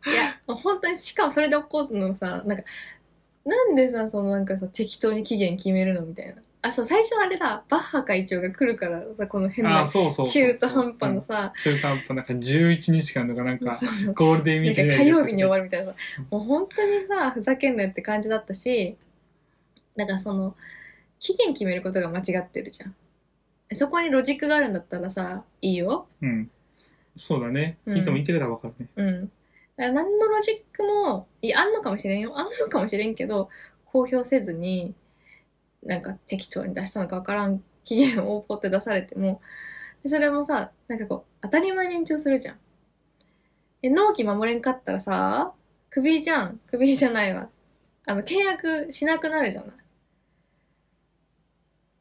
Speaker 2: や、もう本当に、しかもそれで怒るのさ、なんか、なんでさ、そのなんかさ、適当に期限決めるのみたいな。あ、そう、最初あれだ、バッハ会長が来るからさ、この変
Speaker 1: あ
Speaker 2: な
Speaker 1: あ、そうそうそうそう。
Speaker 2: 中途半端なさ、
Speaker 1: うん。中途半端なんか11日間とかなんか
Speaker 2: そ、うそう
Speaker 1: ゴールデンウィ
Speaker 2: な
Speaker 1: ー
Speaker 2: ん
Speaker 1: ク
Speaker 2: か
Speaker 1: みたい
Speaker 2: 火
Speaker 1: な
Speaker 2: 曜日に終わ
Speaker 1: る。
Speaker 2: るみたいなさ、もう本当にさ、ふざけんなよって感じだったし、なんかその、期限決めることが間違ってるじゃん。そこにロジックがあるんだったらさ、いいよ。
Speaker 1: うん。そうだね。
Speaker 2: うん
Speaker 1: いいとも言ってくれたらわかるね。
Speaker 2: うん。だから何のロジックも、いやあんのかもしれんよ。あんのかもしれんけど、公表せずに、なんか適当に出したのかわからん期限をポって出されても、でそれもさ、なんかこう、当たり前に延長するじゃん。で、納期守れんかったらさ、クビじゃん。クビじゃないわ。あの、契約しなくなるじゃない。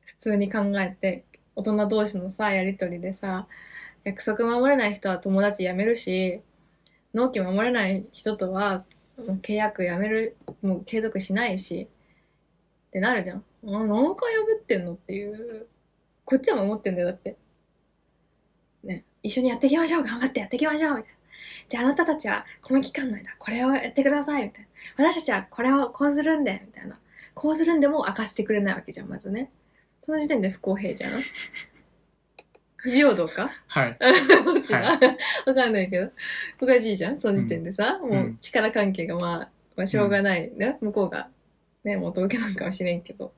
Speaker 2: 普通に考えて、大人同士のさ、やりとりでさ、約束守れない人は友達辞めるし、納期守れない人とは、もう契約辞める、もう継続しないし、ってなるじゃん。あ何回破ってんのっていう。こっちは守ってんだよ、だって。ね。一緒にやっていきましょう、頑張ってやっていきましょう、みたいな。じゃああなたたちは、この期間の間、これをやってください、みたいな。私たちはこれをこうするんで、みたいな。こうするんでも明かしてくれないわけじゃん、まずね。その時点で不公平じゃん。不平等か
Speaker 1: はい。
Speaker 2: どっちが、
Speaker 1: は
Speaker 2: わかんないけど。おかしいじゃんその時点でさ、
Speaker 1: ん
Speaker 2: もう力関係がまあ、まあしょうがないね。向こうが、ね、元受けなんかもしれんけど。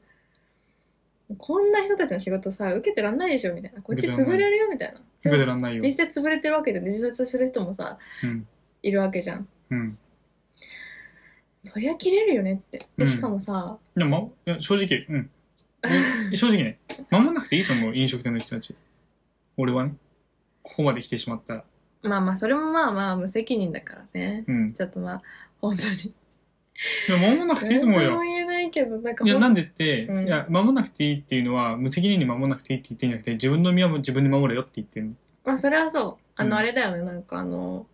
Speaker 2: こんな人たちの仕事さ、受けてらんないでしょみたいな。こっち潰れるよみたいな。
Speaker 1: 受けてらんないよ。
Speaker 2: 実際潰れてるわけで、自殺する人もさ、
Speaker 1: うん。
Speaker 2: いるわけじゃん。
Speaker 1: うん。
Speaker 2: そりゃ切れるよねって。
Speaker 1: う
Speaker 2: で、
Speaker 1: ん
Speaker 2: しかもさ、
Speaker 1: でも、まいや正直、うん。正直ね、守んなくていいと思う、飲食店の人たち。俺はね、ここまで来てしまったら。
Speaker 2: まあまあ、それもまあまあ、無責任だからね。
Speaker 1: うん。
Speaker 2: ちょっとまあ、本当
Speaker 1: [laughs]
Speaker 2: に。
Speaker 1: でも守んなくていいと
Speaker 2: 何
Speaker 1: 思う
Speaker 2: と
Speaker 1: よ。
Speaker 2: も言えないけど、なんか
Speaker 1: いや、
Speaker 2: ほん
Speaker 1: なんでって、
Speaker 2: うん
Speaker 1: いや、守んなくていいっていうのは、無責任に守んなくていいって言ってんじゃなくて、自分の身はもう自分で守れよって言ってるの。
Speaker 2: まあそれはそう。あ
Speaker 1: うん
Speaker 2: の、あれだよね、なんかあの、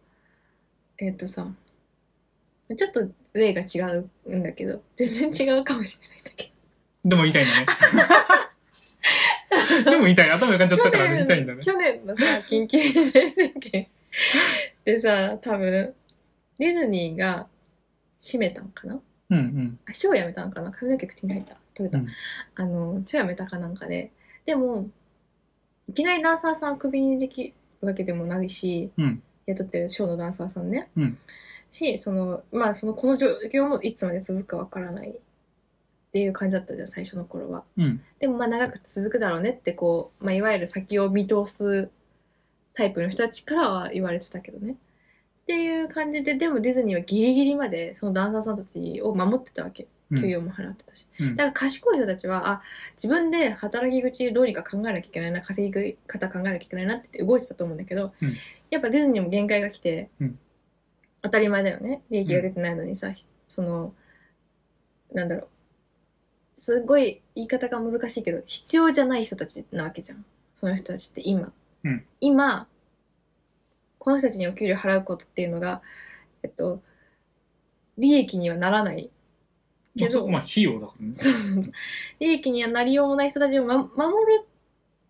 Speaker 2: えっ、とさ、ちょっと例が違うんだけど、全然違うかもしれないんだけ
Speaker 1: でも言いたいんだ
Speaker 2: [laughs]
Speaker 1: ね。でも言いたい。頭浮かんじゃっ
Speaker 2: ど。
Speaker 1: たからね、言いたいんだね。
Speaker 2: 去年のさ、緊急事態宣言でさ、多分、ディズニーが閉めたんかな
Speaker 1: うんうん。
Speaker 2: あ、ショーやめたんかな髪の毛口に入った。取れた。
Speaker 1: うん
Speaker 2: あの、ショーやめたかなんかで。でも、いきなりダンサーさんをクビにできるわけでもないし、
Speaker 1: うん
Speaker 2: 雇ってるショーのダンサーさんね。
Speaker 1: うん
Speaker 2: し、その、まあ、その、この状況もいつまで続くかわからないっていう感じだったじゃん、最初の頃は。
Speaker 1: うん。
Speaker 2: でも、まあ、長く続くだろうねって、こう、まあ、いわゆる先を見通すタイプの人たちからは言われてたけどね。っていう感じで、でもディズニーはギリギリまでそのダンサーさんたちを守ってたわけ。
Speaker 1: うん
Speaker 2: 給与も払ってたし、
Speaker 1: うん
Speaker 2: だから賢い人たちはあ自分で働き口どうにか考えなきゃいけないな稼ぎ方考えなきゃいけないなって言って動いてたと思うんだけど、
Speaker 1: うん
Speaker 2: やっぱディズニーも限界が来て、
Speaker 1: うん
Speaker 2: 当たり前だよね利益が出てないのにさ、そのなんだろうすっごい言い方が難しいけど必要じゃない人たちなわけじゃんその人たちって今、
Speaker 1: うん
Speaker 2: 今この人たちにお給料払うことっていうのがえっと利益にはならない
Speaker 1: ま
Speaker 2: け
Speaker 1: あ、そ
Speaker 2: ど
Speaker 1: こ、まあ、費用だからね。
Speaker 2: そう利益にはなりようもない人たちを、ま、守る、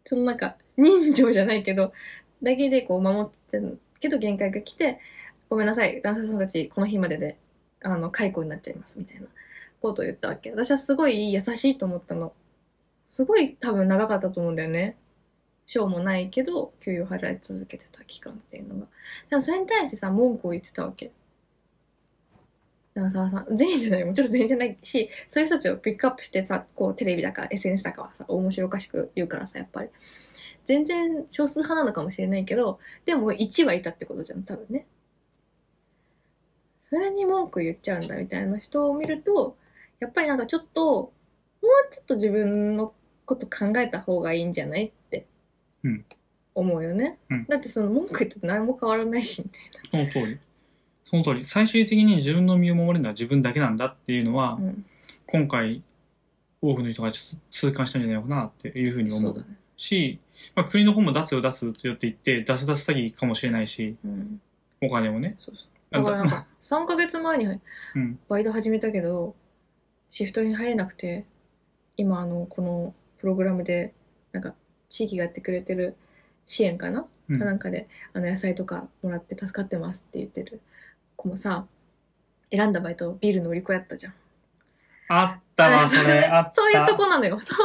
Speaker 2: そのなんか、人情じゃないけど、だけでこう守ってんけど限界が来て、ごめんなさい、ダンサーさんたちこの日までで、あの、解雇になっちゃいます、みたいなことを言ったわけ。私はすごい優しいと思ったの。すごい多分長かったと思うんだよね。賞もないけど、給与払い続けてた期間っていうのが。でもそれに対してさ、文句を言ってたわけ。長澤さん、全員じゃない、もちろん全員じゃないし、そういう人たちをピックアップしてさ、こうテレビだか SNS だかはさ、面白おかしく言うからさ、やっぱり。全然少数派なのかもしれないけど、でも1はいたってことじゃん、多分ね。それに文句言っちゃうんだみたいな人を見ると、やっぱりなんかちょっと、もうちょっと自分のこと考えた方がいいんじゃないって
Speaker 1: うん
Speaker 2: 思うよね。
Speaker 1: うん
Speaker 2: だってその文句言って何も変わらないし、みたい
Speaker 1: その通り。その通り。最終的に自分の身を守るのは自分だけなんだっていうのは、
Speaker 2: な。うん、
Speaker 1: 今回、多くの人がちょっと痛感したんじゃないかなっていうふうに思
Speaker 2: そう
Speaker 1: う
Speaker 2: だね。
Speaker 1: し、まあ、国の方も出すよ出すよって言って、出す出す詐欺かもしれないし、
Speaker 2: うん、
Speaker 1: お金もね。
Speaker 2: そうそう。
Speaker 1: あ
Speaker 2: だからなん
Speaker 1: だ
Speaker 2: か、3ヶ月前に
Speaker 1: うん、
Speaker 2: バイト始めたけどシフトに入れなくて今あのこのプログラムでなんか地域がやってくれてる支援かな、
Speaker 1: うん
Speaker 2: なんかであの野菜とかもらって助かってますって言ってる子もさ選んだバイトビールの売り子やったじゃん。
Speaker 1: あったわ、そ
Speaker 2: [laughs]。
Speaker 1: れ。あった
Speaker 2: そういうとこなのよ。そう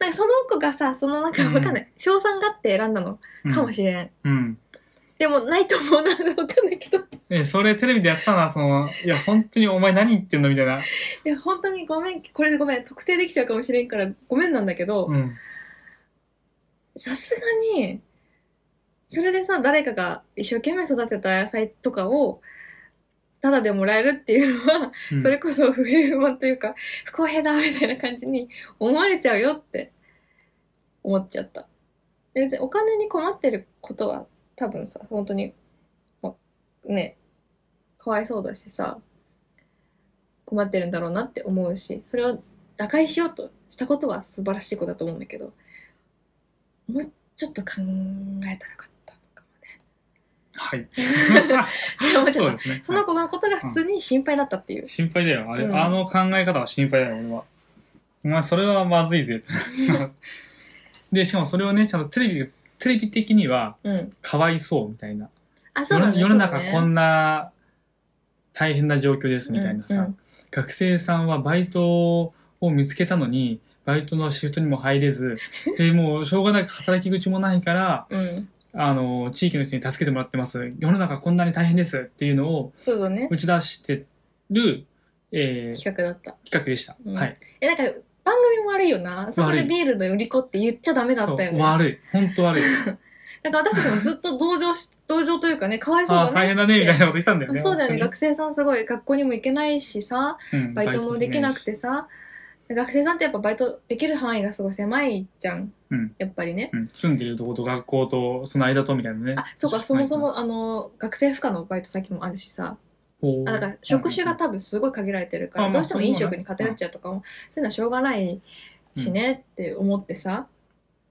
Speaker 2: なんかその子がさそのなんかわかんない賞賛、があって選んだのかもしれん。
Speaker 1: うんうん。
Speaker 2: でもないと思うなわかんないけど
Speaker 1: え、それテレビでやってたな、その、いや、本当にお前何言ってんのみたいな。
Speaker 2: いや本当にごめんこれでごめん特定できちゃうかもしれんからごめんなんだけど、
Speaker 1: うん。
Speaker 2: さすがに、それでさ、誰かが一生懸命育てた野菜とかを、ただでもらえるっていうのは、
Speaker 1: うん
Speaker 2: それこそ不 [laughs] 平不満というか、不公平だみたいな感じに思われちゃうよって思っちゃった。で別にお金に困ってることは多分さ、本当に、ま、ね、かわいそうだしさ、困ってるんだろうなって思うし、それを打開しようとしたことは素晴らしいことだと思うんだけど、もうちょっと考えたらよかったのか [laughs]
Speaker 1: はい。 [laughs]
Speaker 2: もね。思っちゃ
Speaker 1: そ
Speaker 2: っ
Speaker 1: う
Speaker 2: た
Speaker 1: ですね。
Speaker 2: その子のことが普通に心配だったっていう。
Speaker 1: 心配だよ。あれ、
Speaker 2: うん
Speaker 1: あの考え方は心配だよ、俺は。お前、それはまずいぜ。 [laughs] で、しかもそれをね、ちゃんとテレビで、テレビ的には、
Speaker 2: うん。
Speaker 1: かわいそうみたいな。
Speaker 2: あ、そ
Speaker 1: 世
Speaker 2: うだ
Speaker 1: の
Speaker 2: ね。
Speaker 1: 世の中こ
Speaker 2: なん
Speaker 1: な大変な状況ですみたいなさ、
Speaker 2: うんうん
Speaker 1: 学生さんはバイトを見つけたのに、バイトのシフトにも入れ
Speaker 2: [laughs]
Speaker 1: ず、で、もうしょうがなく働き口もないから、
Speaker 2: うん。
Speaker 1: あの、地域の人に助けてもらってます。世の中こんなに大変ですっていうのを
Speaker 2: そうだね。
Speaker 1: 打ち出してる、えー
Speaker 2: 企画だった。
Speaker 1: 企画でした。
Speaker 2: うん
Speaker 1: はい。
Speaker 2: え、なんか、バ番組も悪いよな。そこでビールの売り子って言っちゃダメだ
Speaker 1: そ
Speaker 2: ったよ
Speaker 1: う、
Speaker 2: ね。
Speaker 1: 悪い。本当
Speaker 2: [laughs]
Speaker 1: 悪い。
Speaker 2: なんか私たちもずっと同情し、 [laughs] 同情というかね、かわいそう
Speaker 1: あ
Speaker 2: だ
Speaker 1: あ、
Speaker 2: ね。
Speaker 1: 大変だね、みたいなこと言ってたんだよね。
Speaker 2: [laughs] そうだよね。
Speaker 1: 本
Speaker 2: 学生さんすごい学校にも行けないしさ、
Speaker 1: 当に、うん
Speaker 2: バイトもできなく。てさ、学生さんってやっぱバイトできる範囲がすごい狭いじゃん。
Speaker 1: うん
Speaker 2: やっぱりね。
Speaker 1: うん、住んでるとこと学校と、その間とみたいなね。
Speaker 2: あ、そうか、そもそ。も、あの、学生負荷のバイト先もあるしさ、
Speaker 1: ほう
Speaker 2: あだから職種が多分すごい限られてるか
Speaker 1: あ
Speaker 2: ら、
Speaker 1: まあ
Speaker 2: どうしても飲食に偏っちゃうとかも、そういうのはしょうがないしねって思ってさ、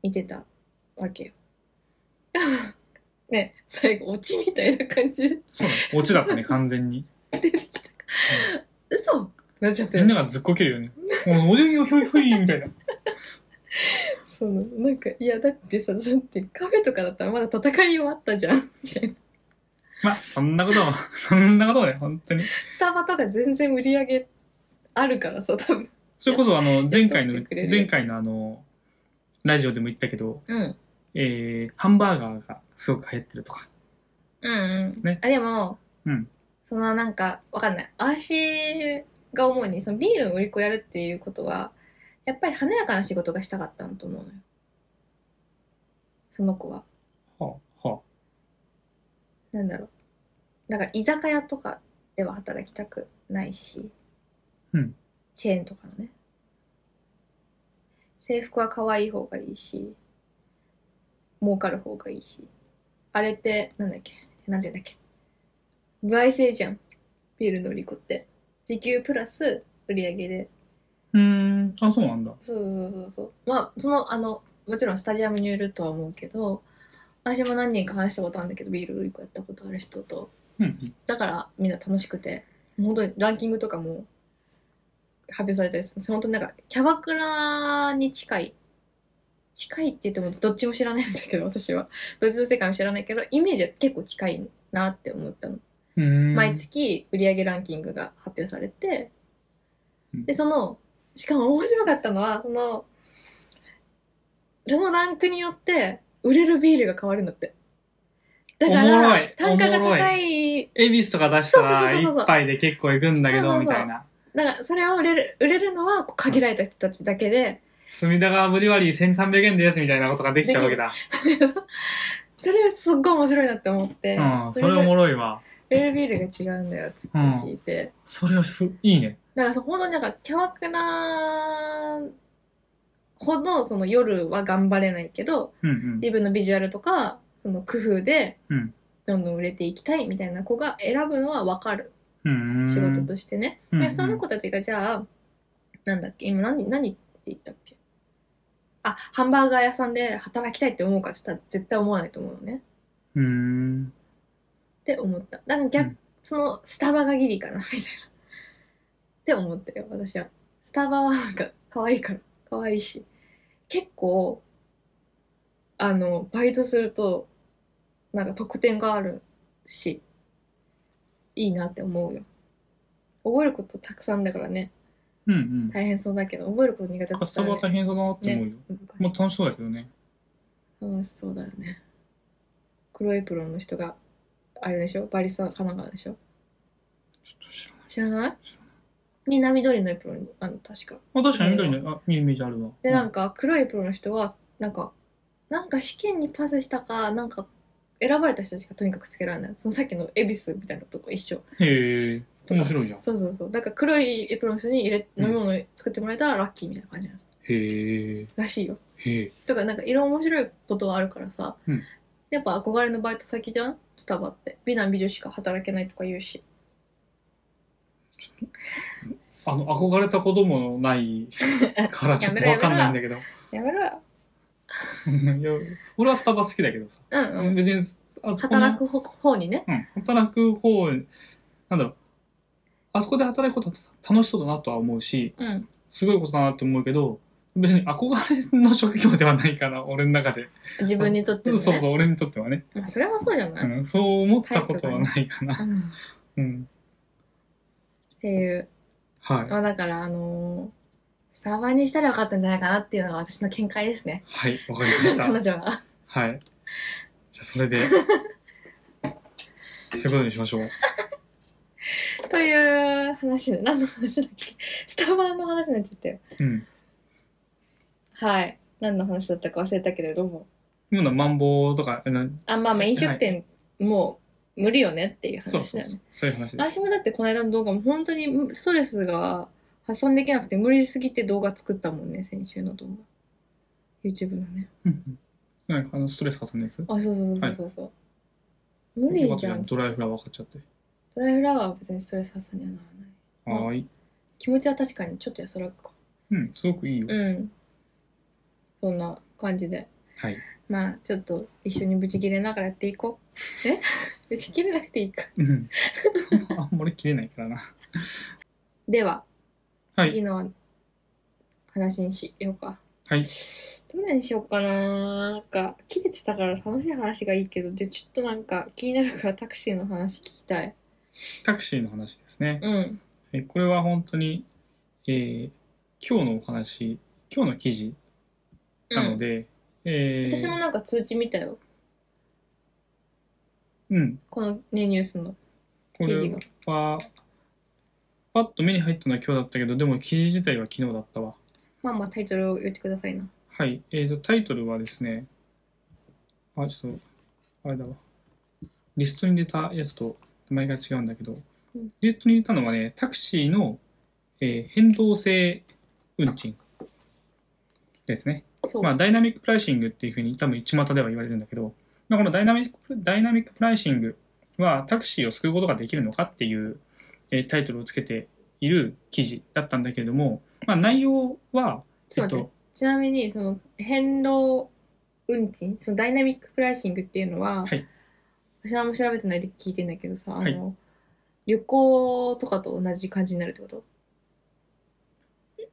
Speaker 2: 見てたわけよ。 [laughs] ね、最後、オチみたいな感じで
Speaker 1: そうだね。オチだったね、完全に。
Speaker 2: [laughs] 出てきた。嘘なっちゃって
Speaker 1: みん
Speaker 2: る
Speaker 1: な。がずっこけるよね。もうおじぎをひょいひょいみたいな。 [laughs]
Speaker 2: その、なんか、いや、だってさ、だってカフェとかだったらまだ戦い終わったじゃん。みたいな
Speaker 1: まあ、そんなことも、 [laughs] そんなこともね、本当に。
Speaker 2: スタバとか全然売り上げあるからさ、多分。
Speaker 1: それこそ、あの、前回
Speaker 2: やっ
Speaker 1: の
Speaker 2: てくれ、る
Speaker 1: 前回のあの、ラジオでも言ったけど、
Speaker 2: うん。
Speaker 1: えー、ハンバーガーがすごく流行ってるとか。
Speaker 2: うんうん。
Speaker 1: ね
Speaker 2: あ、でも、
Speaker 1: うん
Speaker 2: そのなんか、わかんない。私が思うに、そのビールの売り子やるっていうことは、やっぱり華やかな仕事がしたかったんだと思うのよ。その子は。
Speaker 1: はあ、は
Speaker 2: なんだろう。なんか居酒屋とかでは働きたくないし、
Speaker 1: うん
Speaker 2: チェーンとかのね。制服は可愛い方がいいし、儲かる方がいいし。あれって、なんだっけなんて言うんだっけ歩合制じゃん。ビールの売り子って。時給プラス売り上げで。
Speaker 1: あ。うーん、あ、そうなんだ。
Speaker 2: そうそうそうそう。まあ、その、あの、もちろんスタジアムにいるとは思うけど、私も何人か話したことあるんだけど、ビールの売り子やったことある人と。
Speaker 1: うん。
Speaker 2: だからみんな楽しくて本当にランキングとかも発表されたりする本当になんかキャバクラに近い近いって言ってもどっちも知らないんだけど私はどっちの世界も知らないけどイメージは結構近いなって思ったの、
Speaker 1: うーん。
Speaker 2: 毎月売上ランキングが発表されて
Speaker 1: うん
Speaker 2: でそのしかも面白かったのはそのそのランクによって売れるビールが変わるんだってだか
Speaker 1: おもろ
Speaker 2: ら
Speaker 1: い
Speaker 2: 単価が
Speaker 1: おもろい
Speaker 2: 高い
Speaker 1: 恵比寿とか出したら
Speaker 2: そうそうそうそうそう
Speaker 1: 一杯で結構いくんだけ
Speaker 2: そう
Speaker 1: ど
Speaker 2: そうそう
Speaker 1: みたいな
Speaker 2: だからそれを売れる売れるのはこう限られた人たちだけで、 [laughs]
Speaker 1: 隅田川ブリュワリー1300円ですみたいなことができちゃうわけだ
Speaker 2: それすっごい面白いなって思って、
Speaker 1: うんそれおもろいわ
Speaker 2: 売れるビールが違うんだよって聞いて、
Speaker 1: それをすいいね
Speaker 2: だからそ本当になんかキャバクラほどその夜は頑張れないけど
Speaker 1: うん
Speaker 2: 自分のビジュアルとかその工夫で
Speaker 1: うん
Speaker 2: どんどん売れていきたいみたいな子が選ぶのは分かる、
Speaker 1: うんうん
Speaker 2: 仕事としてね、
Speaker 1: うん
Speaker 2: でその子たちがじゃあなんだっけ今何何って言ったっけあハンバーガー屋さんで働きたいって思うかって言ったら絶対思わないと思うのね
Speaker 1: うーん
Speaker 2: って思っただから逆、
Speaker 1: うん
Speaker 2: そのスタバがギリかなみたいなって思ってるよ私はスタバはなんか可愛いから可愛いし結構あのバイトするとなんか特典があるしいいなって思うよ覚えることたくさんだからね
Speaker 1: うんうん
Speaker 2: 大変そうだけど覚えること苦手だ
Speaker 1: カ
Speaker 2: っ
Speaker 1: ス
Speaker 2: た
Speaker 1: タ
Speaker 2: ら、
Speaker 1: バ
Speaker 2: ね
Speaker 1: は、大変そうだなって思うよ
Speaker 2: 昔
Speaker 1: まあ楽しそうだけどね
Speaker 2: 楽しそうだよね黒エプロンの人があれでしょバリスタ神奈川でしょ
Speaker 1: ちょっと知らない
Speaker 2: 知らない
Speaker 1: 知ら
Speaker 2: 南緑のエプロンあの確か
Speaker 1: あ確かに緑のあイメージあるわ
Speaker 2: でなん
Speaker 1: か
Speaker 2: か黒エプロンの人はなんかなんか試験にパスしたかなんか選ばれた人しかとにかくつけられないそのさっきの恵比寿みたいなとこ一緒
Speaker 1: へえ面白いじゃん
Speaker 2: そうそうそうだから黒いエプロンの人に入れ
Speaker 1: うん
Speaker 2: 飲み物作ってもらえたらラッキーみたいな感じなんです
Speaker 1: へえ
Speaker 2: らしいよ
Speaker 1: へえ
Speaker 2: とかなんかいろんな面白いことはあるからさ、
Speaker 1: うん
Speaker 2: やっぱ憧れのバイト先じゃんスタバって美男美女しか働けないとか言うし
Speaker 1: あの憧れたこともない
Speaker 2: [laughs]
Speaker 1: からちょっとわかんないんだけど
Speaker 2: やめろよ
Speaker 1: [laughs] いや俺はスタバ好きだけどさ
Speaker 2: うんうん
Speaker 1: 別にあそこの
Speaker 2: 働く方方にね
Speaker 1: うん、働く方、なんだろう、あそこで働くことは楽しそうだなとは思うし、
Speaker 2: うん
Speaker 1: すごいことだなって思うけど、別に憧れの職業ではないかな、俺の中で。
Speaker 2: 自分にとって
Speaker 1: そ
Speaker 2: の
Speaker 1: う
Speaker 2: ね
Speaker 1: そう、俺にとってはね。
Speaker 2: まあそれはそうじゃない、
Speaker 1: うん、そう思ったことはないかな。
Speaker 2: うんっ
Speaker 1: うん。
Speaker 2: ていうま
Speaker 1: は
Speaker 2: あだからあのースタバにしたらよかったんじゃないかなっていうのが私の見解ですね
Speaker 1: い。はい、わかりました。
Speaker 2: [laughs] 彼女は
Speaker 1: はい。じゃあ、それで、そういうことにしましょう。
Speaker 2: という話で何の話だっけスタバの話になっちゃったよ
Speaker 1: うん。
Speaker 2: はい。何の話だったか忘れたけれども。
Speaker 1: 今のはマンボウとか、あの
Speaker 2: あ、まあまあ飲食店、もう無理よねっていう
Speaker 1: そう
Speaker 2: 話
Speaker 1: そう
Speaker 2: だよ
Speaker 1: そ
Speaker 2: ね
Speaker 1: う。、そういう話です。
Speaker 2: 私もだってこの間の動画も本当にストレスが発散できなくて無理すぎて動画作ったもんね、先週の動画。YouTube のね。
Speaker 1: うんうんなんかあのストレス発散のやつ
Speaker 2: あ、そうそうそうそうそう。無
Speaker 1: よか
Speaker 2: 理
Speaker 1: った
Speaker 2: じ
Speaker 1: じ
Speaker 2: ゃ
Speaker 1: ゃん
Speaker 2: ん。
Speaker 1: ドライフラワー買っちゃって。
Speaker 2: ドライフラワーは別にストレス発散にはならない。うん
Speaker 1: はーい。
Speaker 2: 気持ちは確かにちょっと安らぐか。
Speaker 1: うん、すごくいいよ。
Speaker 2: うん。そんな感じで。
Speaker 1: はい。
Speaker 2: まあ、ちょっと一緒にブチ切れながらやっていこう。え [laughs] ブチ切れなくていいか。 [laughs]
Speaker 1: うん。あんまり切れないからな。
Speaker 2: では、
Speaker 1: はい。
Speaker 2: 次の話にしようか。
Speaker 1: はい。
Speaker 2: どれにしようかななんか、切れてたから楽しい話がいいけど、で、ちょっとなんか気になるからタクシーの話聞きたい。
Speaker 1: タクシーの話ですね。
Speaker 2: うん。
Speaker 1: えこれは本当に、えー今日のお話、今日の記事なので、え
Speaker 2: うん
Speaker 1: ー
Speaker 2: 私もなんか通知見たよ。
Speaker 1: うん、
Speaker 2: このね、ニュースの
Speaker 1: こ
Speaker 2: 記事
Speaker 1: れ
Speaker 2: が。
Speaker 1: は、パッと目に入ったのは今日だったけど、でも記事自体は昨日だったわ。
Speaker 2: まあまあタイトルを言ってくださいな。
Speaker 1: はい、えーと、タイトルはですね、あ、ちょっと、あれだわ。リストに出たやつと名前が違うんだけど
Speaker 2: うん、
Speaker 1: リストに出たのはね、タクシーの、えー変動性運賃ですね。
Speaker 2: そう。
Speaker 1: まあ、ダイナミックプライシングっていうふうに多分一股では言われるんだけど、まあ、このダイナミックダイナミックプライシングはタクシーを救うことができるのかっていう、えータイトルをつけている記事だったんだけれども、まあ、内容は、
Speaker 2: ちょっと待って、ちなみにその変動運賃そのダイナミックプライシングっていうのは、
Speaker 1: はい
Speaker 2: 私はあんま調べてないで聞いてんだけどさ、
Speaker 1: はい
Speaker 2: あの旅行とかと同じ感じになるってこと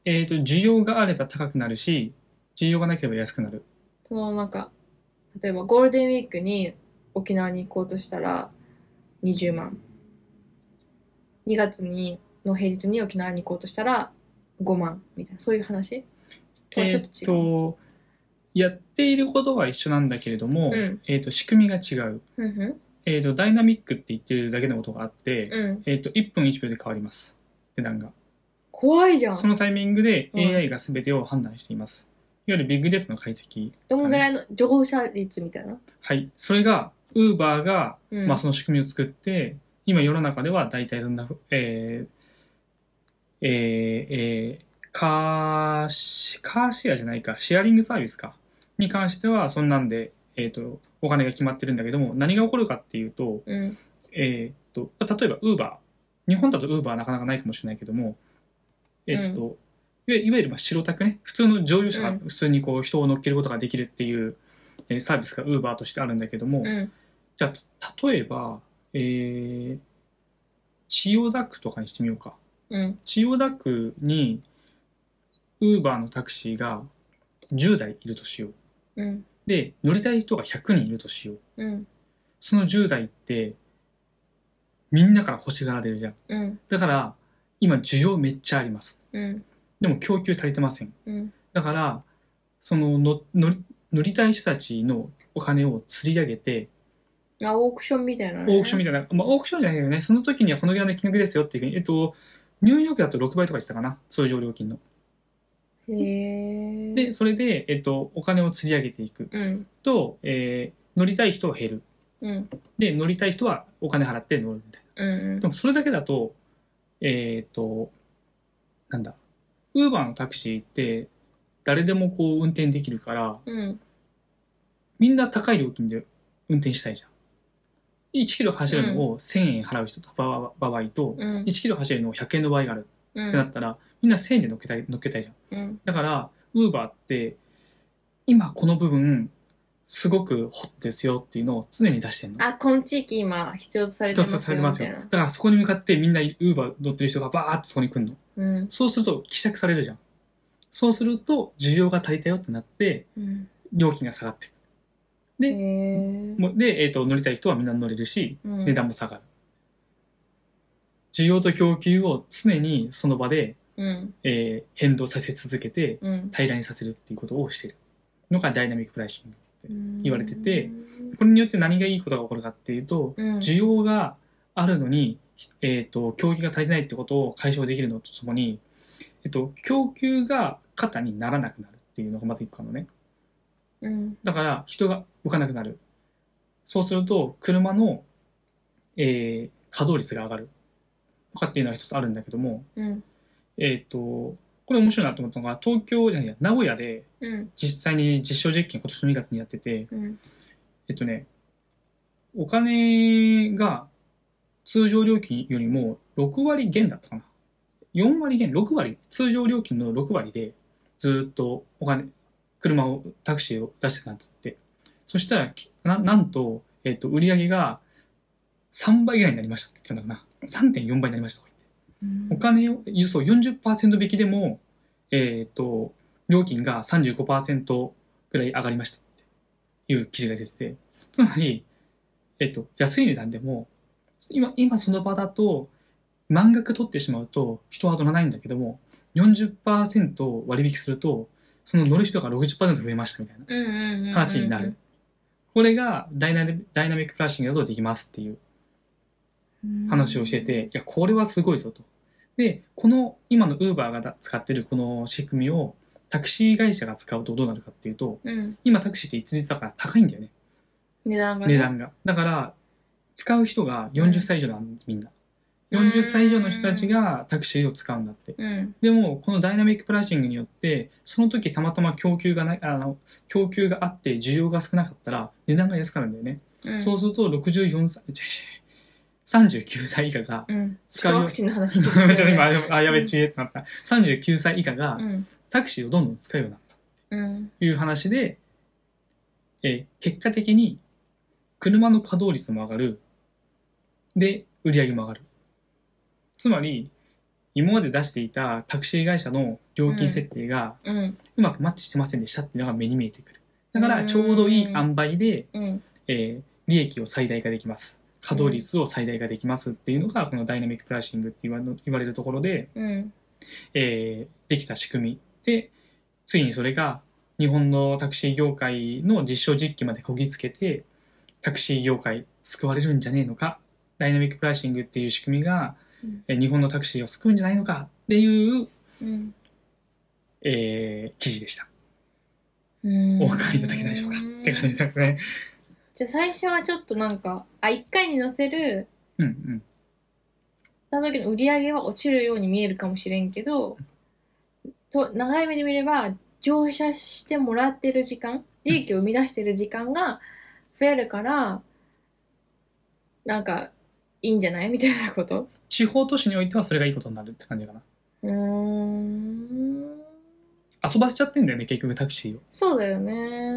Speaker 1: えーと需要があれば高くなるし需要がなければ安くなる
Speaker 2: そのなんか例えばゴールデンウィークに沖縄に行こうとしたら20万2月にの平日に沖縄に行こうとしたら5万みたいなそういう話まあ
Speaker 1: え
Speaker 2: ちょっ
Speaker 1: ー
Speaker 2: と違う
Speaker 1: とやっていることは一緒なんだけれども、
Speaker 2: うん
Speaker 1: えーと仕組みが違う、
Speaker 2: うんう
Speaker 1: えーとダイナミックって言ってるだけのことがあって、
Speaker 2: んうん
Speaker 1: えーと1分1秒で変わります値段が
Speaker 2: 怖いじゃん
Speaker 1: そのタイミングで
Speaker 2: うん
Speaker 1: AI が全てを判断しています。いわゆるビッグデータの解析。
Speaker 2: どんぐらいの乗車率みたいな、
Speaker 1: はい。それが、Uber が、
Speaker 2: うん
Speaker 1: まあ、その仕組みを作って、今世の中では大体そんなふ、えー、えー、えー、カーシ、カーシェアじゃないか、シェアリングサービスか。に関しては、そんなんで、えっ、と、お金が決まってるんだけども、何が起こるかっていうと、
Speaker 2: うん
Speaker 1: えーっと、例えば Uber。日本だと Uber はなかなかないかもしれないけども、えーっと、いわいわゆるまあ白タクね、普通の乗用車が
Speaker 2: うん
Speaker 1: 普通にこう人を乗っけることができるっていう、えーサービスが Uber としてあるんだけども、
Speaker 2: うん
Speaker 1: じゃあ、例えば、えー、千代田区とかにしてみようか。
Speaker 2: うん
Speaker 1: 千代田区に Uber のタクシーが10台いるとしよう。
Speaker 2: うん
Speaker 1: で、乗りたい人が100人いるとしよう。
Speaker 2: うん
Speaker 1: その10台って、みんなから欲しがられるじゃん。
Speaker 2: うん
Speaker 1: だから、今需要めっちゃあります。
Speaker 2: うん
Speaker 1: でも供給足りてません。
Speaker 2: うん
Speaker 1: だから、そのの乗り乗りたい人たちのお金を釣り上げて、
Speaker 2: まあオークションみたいな
Speaker 1: オ
Speaker 2: ね
Speaker 1: ークションみたいな、まあオークションじゃないけどね、その時にはこのぐらいの金額ですよっていうふうに、えっと、ニューヨークだと6倍とか言ってたかな、通常料金の。
Speaker 2: へえ
Speaker 1: で、それで、えっと、お金を釣り上げていく
Speaker 2: うん
Speaker 1: と、えー乗りたい人は減る。
Speaker 2: うん
Speaker 1: で、乗りたい人はお金払って乗るみたいな。
Speaker 2: うん
Speaker 1: でもそれだけだと、えっ、と、なんだ、ウーバーのタクシーって誰でもこう運転できるから、
Speaker 2: うん
Speaker 1: みんな高い料金で運転したいじゃん。1キロ走るのを1000円払う人と場場合と、
Speaker 2: うん
Speaker 1: 1キロ走るのを100円の場合がある
Speaker 2: う
Speaker 1: ってなったら、みんな1000円で乗っけたい、乗っけたいじゃん。
Speaker 2: ん
Speaker 1: だから、ウーバーって、今この部分、すごくホットですよっていうのを常に出してるの。
Speaker 2: あこの地域今必要とされて
Speaker 1: 一
Speaker 2: ま
Speaker 1: つ
Speaker 2: す
Speaker 1: されて
Speaker 2: よみ
Speaker 1: ます
Speaker 2: た
Speaker 1: よ。
Speaker 2: い
Speaker 1: だ
Speaker 2: な
Speaker 1: からそこに向かってみんなウーバー乗ってる人がバーッとそこに来るの。
Speaker 2: うん
Speaker 1: そうすると希釈されるじゃん。そうすると需要が足りたよってなって
Speaker 2: うん
Speaker 1: 料金が下がってく
Speaker 2: へ
Speaker 1: で
Speaker 2: え
Speaker 1: る。もうで、えー、と乗りたい人はみんな乗れるし値
Speaker 2: 値
Speaker 1: 段も下がる。需要と供給を常にその場で、
Speaker 2: うん
Speaker 1: えー変動させ続けて
Speaker 2: うん
Speaker 1: 平らにさせるっていうことをしてるのがダイナミックプライシン言われてて
Speaker 2: うん
Speaker 1: グ。これによって何がいいことが起こるかっていうと
Speaker 2: うん
Speaker 1: 需要があるのに、えー、と供給が足りないってことを解消できるのとともに、えっと供給が肩にならなくなるっっていうのがまず一個あるのね。
Speaker 2: うん。
Speaker 1: だから人が動かなくなる。そうすると車の、えー稼働率が上がる。とかっていうのが一つあるんだけども、
Speaker 2: うん。
Speaker 1: えっ、と、これ面白いなと思ったのが、東京じゃないや、名古屋で
Speaker 2: うん。
Speaker 1: 実際に実証実験今年の2月にやってて、
Speaker 2: うん。
Speaker 1: えっとね、お金が通常料金よりも6割減だったかな。4割減、6割、通常料金の6割でずーっとお金、車を、タクシーを出してたんだって。そしたら、きななんと、えっと、売り上げが3倍ぐらいになりましたって言ってたんだかな。3.4倍になりましたとか言って。
Speaker 2: うん
Speaker 1: お金を、輸送40%引きでも、えっ、と、料金が35%ぐらい上がりましたっていう記事が出てて、つまり、えっ、と、安い値段でも、今、今その場だと、満額取ってしまうと人は乗らないんだけども、40%割引すると、その乗る人が60%増えましたみたいな
Speaker 2: うんうんうんうん。
Speaker 1: 話になる。これがダイナミダイナミックプライシングだとできますっていう
Speaker 2: うん。
Speaker 1: 話をしてて、いや、これはすごいぞと。で、この今の Uber がだ使ってるこの仕組みをタクシー会社が使うとどうなるかっていうと、
Speaker 2: うん。
Speaker 1: 今タクシーって一律だから高いんだよね、
Speaker 2: 値段がね。
Speaker 1: 値段が。だから、使う人が40歳以上なんみんな。40歳以上の人たちがタクシーを使うんだって。
Speaker 2: うん。
Speaker 1: でも、このダイナミックプライシングによって、その時たまたま供給がない、あの、供給があって需要が少なかったら値段が安くなるんだよね。
Speaker 2: うん。
Speaker 1: そうすると64歳、違う違う39歳以下が
Speaker 2: うん。
Speaker 1: 使うよ
Speaker 2: ワクチンの話
Speaker 1: ちょ [laughs]
Speaker 2: 聞
Speaker 1: っ
Speaker 2: いて
Speaker 1: と
Speaker 2: る
Speaker 1: 今、
Speaker 2: よね
Speaker 1: あ、やべ、ちえってなった。39歳以下が
Speaker 2: うん。
Speaker 1: タクシーをどんどん使うようになった
Speaker 2: うん。
Speaker 1: という話で、えー結果的に車の稼働率も上がる。で、売り上げも上がる。つまり、今まで出していたタクシー会社の料金設定が
Speaker 2: うん。
Speaker 1: うまくマッチしてませんでしたっていうのが目に見えてくる。だか
Speaker 2: う
Speaker 1: ら、
Speaker 2: ん
Speaker 1: ちょうどいい塩梅で、
Speaker 2: うん。
Speaker 1: えー利益を最大化できます。稼働率を最大化できますっていうのが、このダイナミックプライシングって言わの言われるところで、
Speaker 2: うん。
Speaker 1: えーできた仕組みでついにそれが日本のタクシー業界の実証実機までこぎつけてタクシー業界救われるんじゃねえのかダイナミックプライシングっていう仕組みが、
Speaker 2: うん
Speaker 1: えー日本のタクシーを救うんじゃないのかっていう、
Speaker 2: うん。
Speaker 1: えー記事でした。
Speaker 2: うん
Speaker 1: お分かりいただけないでしょうかって感じですね。
Speaker 2: じゃあ最初はちょっとなんか、あ、1回に乗せる、
Speaker 1: うんうん。
Speaker 2: た時の売り上げは落ちるように見えるかもしれんけど、と長い目で見れば、乗車してもらってる時間、利益を生み出してる時間が増えるから、なんか、いいんじゃないみたいなこと。
Speaker 1: 地方都市においてはそれがいいことになるって感じかな。
Speaker 2: うーん。
Speaker 1: 遊ばせちゃってんだよね、結局タクシーを。
Speaker 2: そうだよ
Speaker 1: この